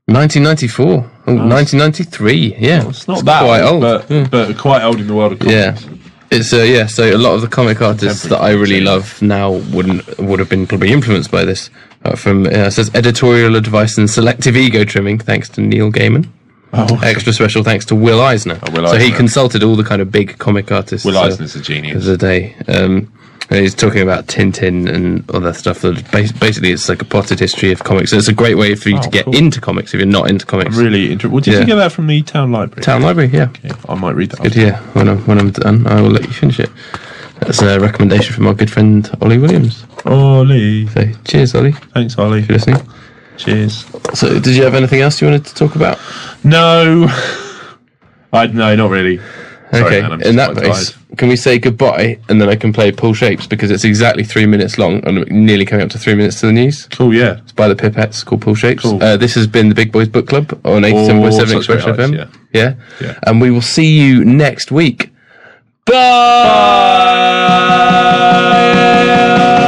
Speaker 4: 1994. Oh, 1993. Yeah.
Speaker 3: It's not that
Speaker 4: quite old.
Speaker 3: but, but quite old in the world of
Speaker 4: Yeah.
Speaker 3: comics.
Speaker 4: It's uh, yeah. So a lot of the comic artists that I really love now wouldn't would have been probably influenced by this. Uh, from uh, it says editorial advice and selective ego trimming, thanks to Neil Gaiman.
Speaker 3: Oh.
Speaker 4: Extra special thanks to Will Eisner.
Speaker 3: Oh, Will
Speaker 4: So he
Speaker 3: Eisner.
Speaker 4: consulted all the kind of big comic artists.
Speaker 3: Will
Speaker 4: uh,
Speaker 3: Eisner's a genius.
Speaker 4: of the day. Um, and he's talking about Tintin and other stuff. That bas- basically, it's like a potted history of comics. So it's a great way for you to
Speaker 3: Oh,
Speaker 4: get
Speaker 3: cool.
Speaker 4: into comics if you're not into comics.
Speaker 3: Really interesting. Well, did
Speaker 4: Yeah.
Speaker 3: you get that from the town library?
Speaker 4: Town Library, yeah.
Speaker 3: Okay, I might read that.
Speaker 4: Good, yeah. When I'm when I'm done, I will let you finish it. That's a recommendation from our good friend Ollie Williams.
Speaker 3: Ollie,
Speaker 4: So cheers, Ollie, if
Speaker 3: thanks, Ollie.
Speaker 4: you're listening.
Speaker 3: Cheers.
Speaker 4: So, did you have anything else you wanted to talk about?
Speaker 3: No, *laughs* I no, not really. Sorry,
Speaker 4: okay,
Speaker 3: man, I'm
Speaker 4: in
Speaker 3: just
Speaker 4: that
Speaker 3: quite
Speaker 4: case,
Speaker 3: tired.
Speaker 4: can we say goodbye and then I can play Pull Shapes because it's exactly three minutes long and we're nearly coming up to three minutes to the news.
Speaker 3: Cool, yeah.
Speaker 4: It's by the Pipettes called Pull Shapes.
Speaker 3: Cool. Oh,
Speaker 4: Uh, this has been the Big Boys Book Club on
Speaker 3: such
Speaker 4: 87.7
Speaker 3: great
Speaker 4: Expression
Speaker 3: artists,
Speaker 4: FM. Yeah.
Speaker 3: Yeah.
Speaker 4: And we will see you next week. Bye.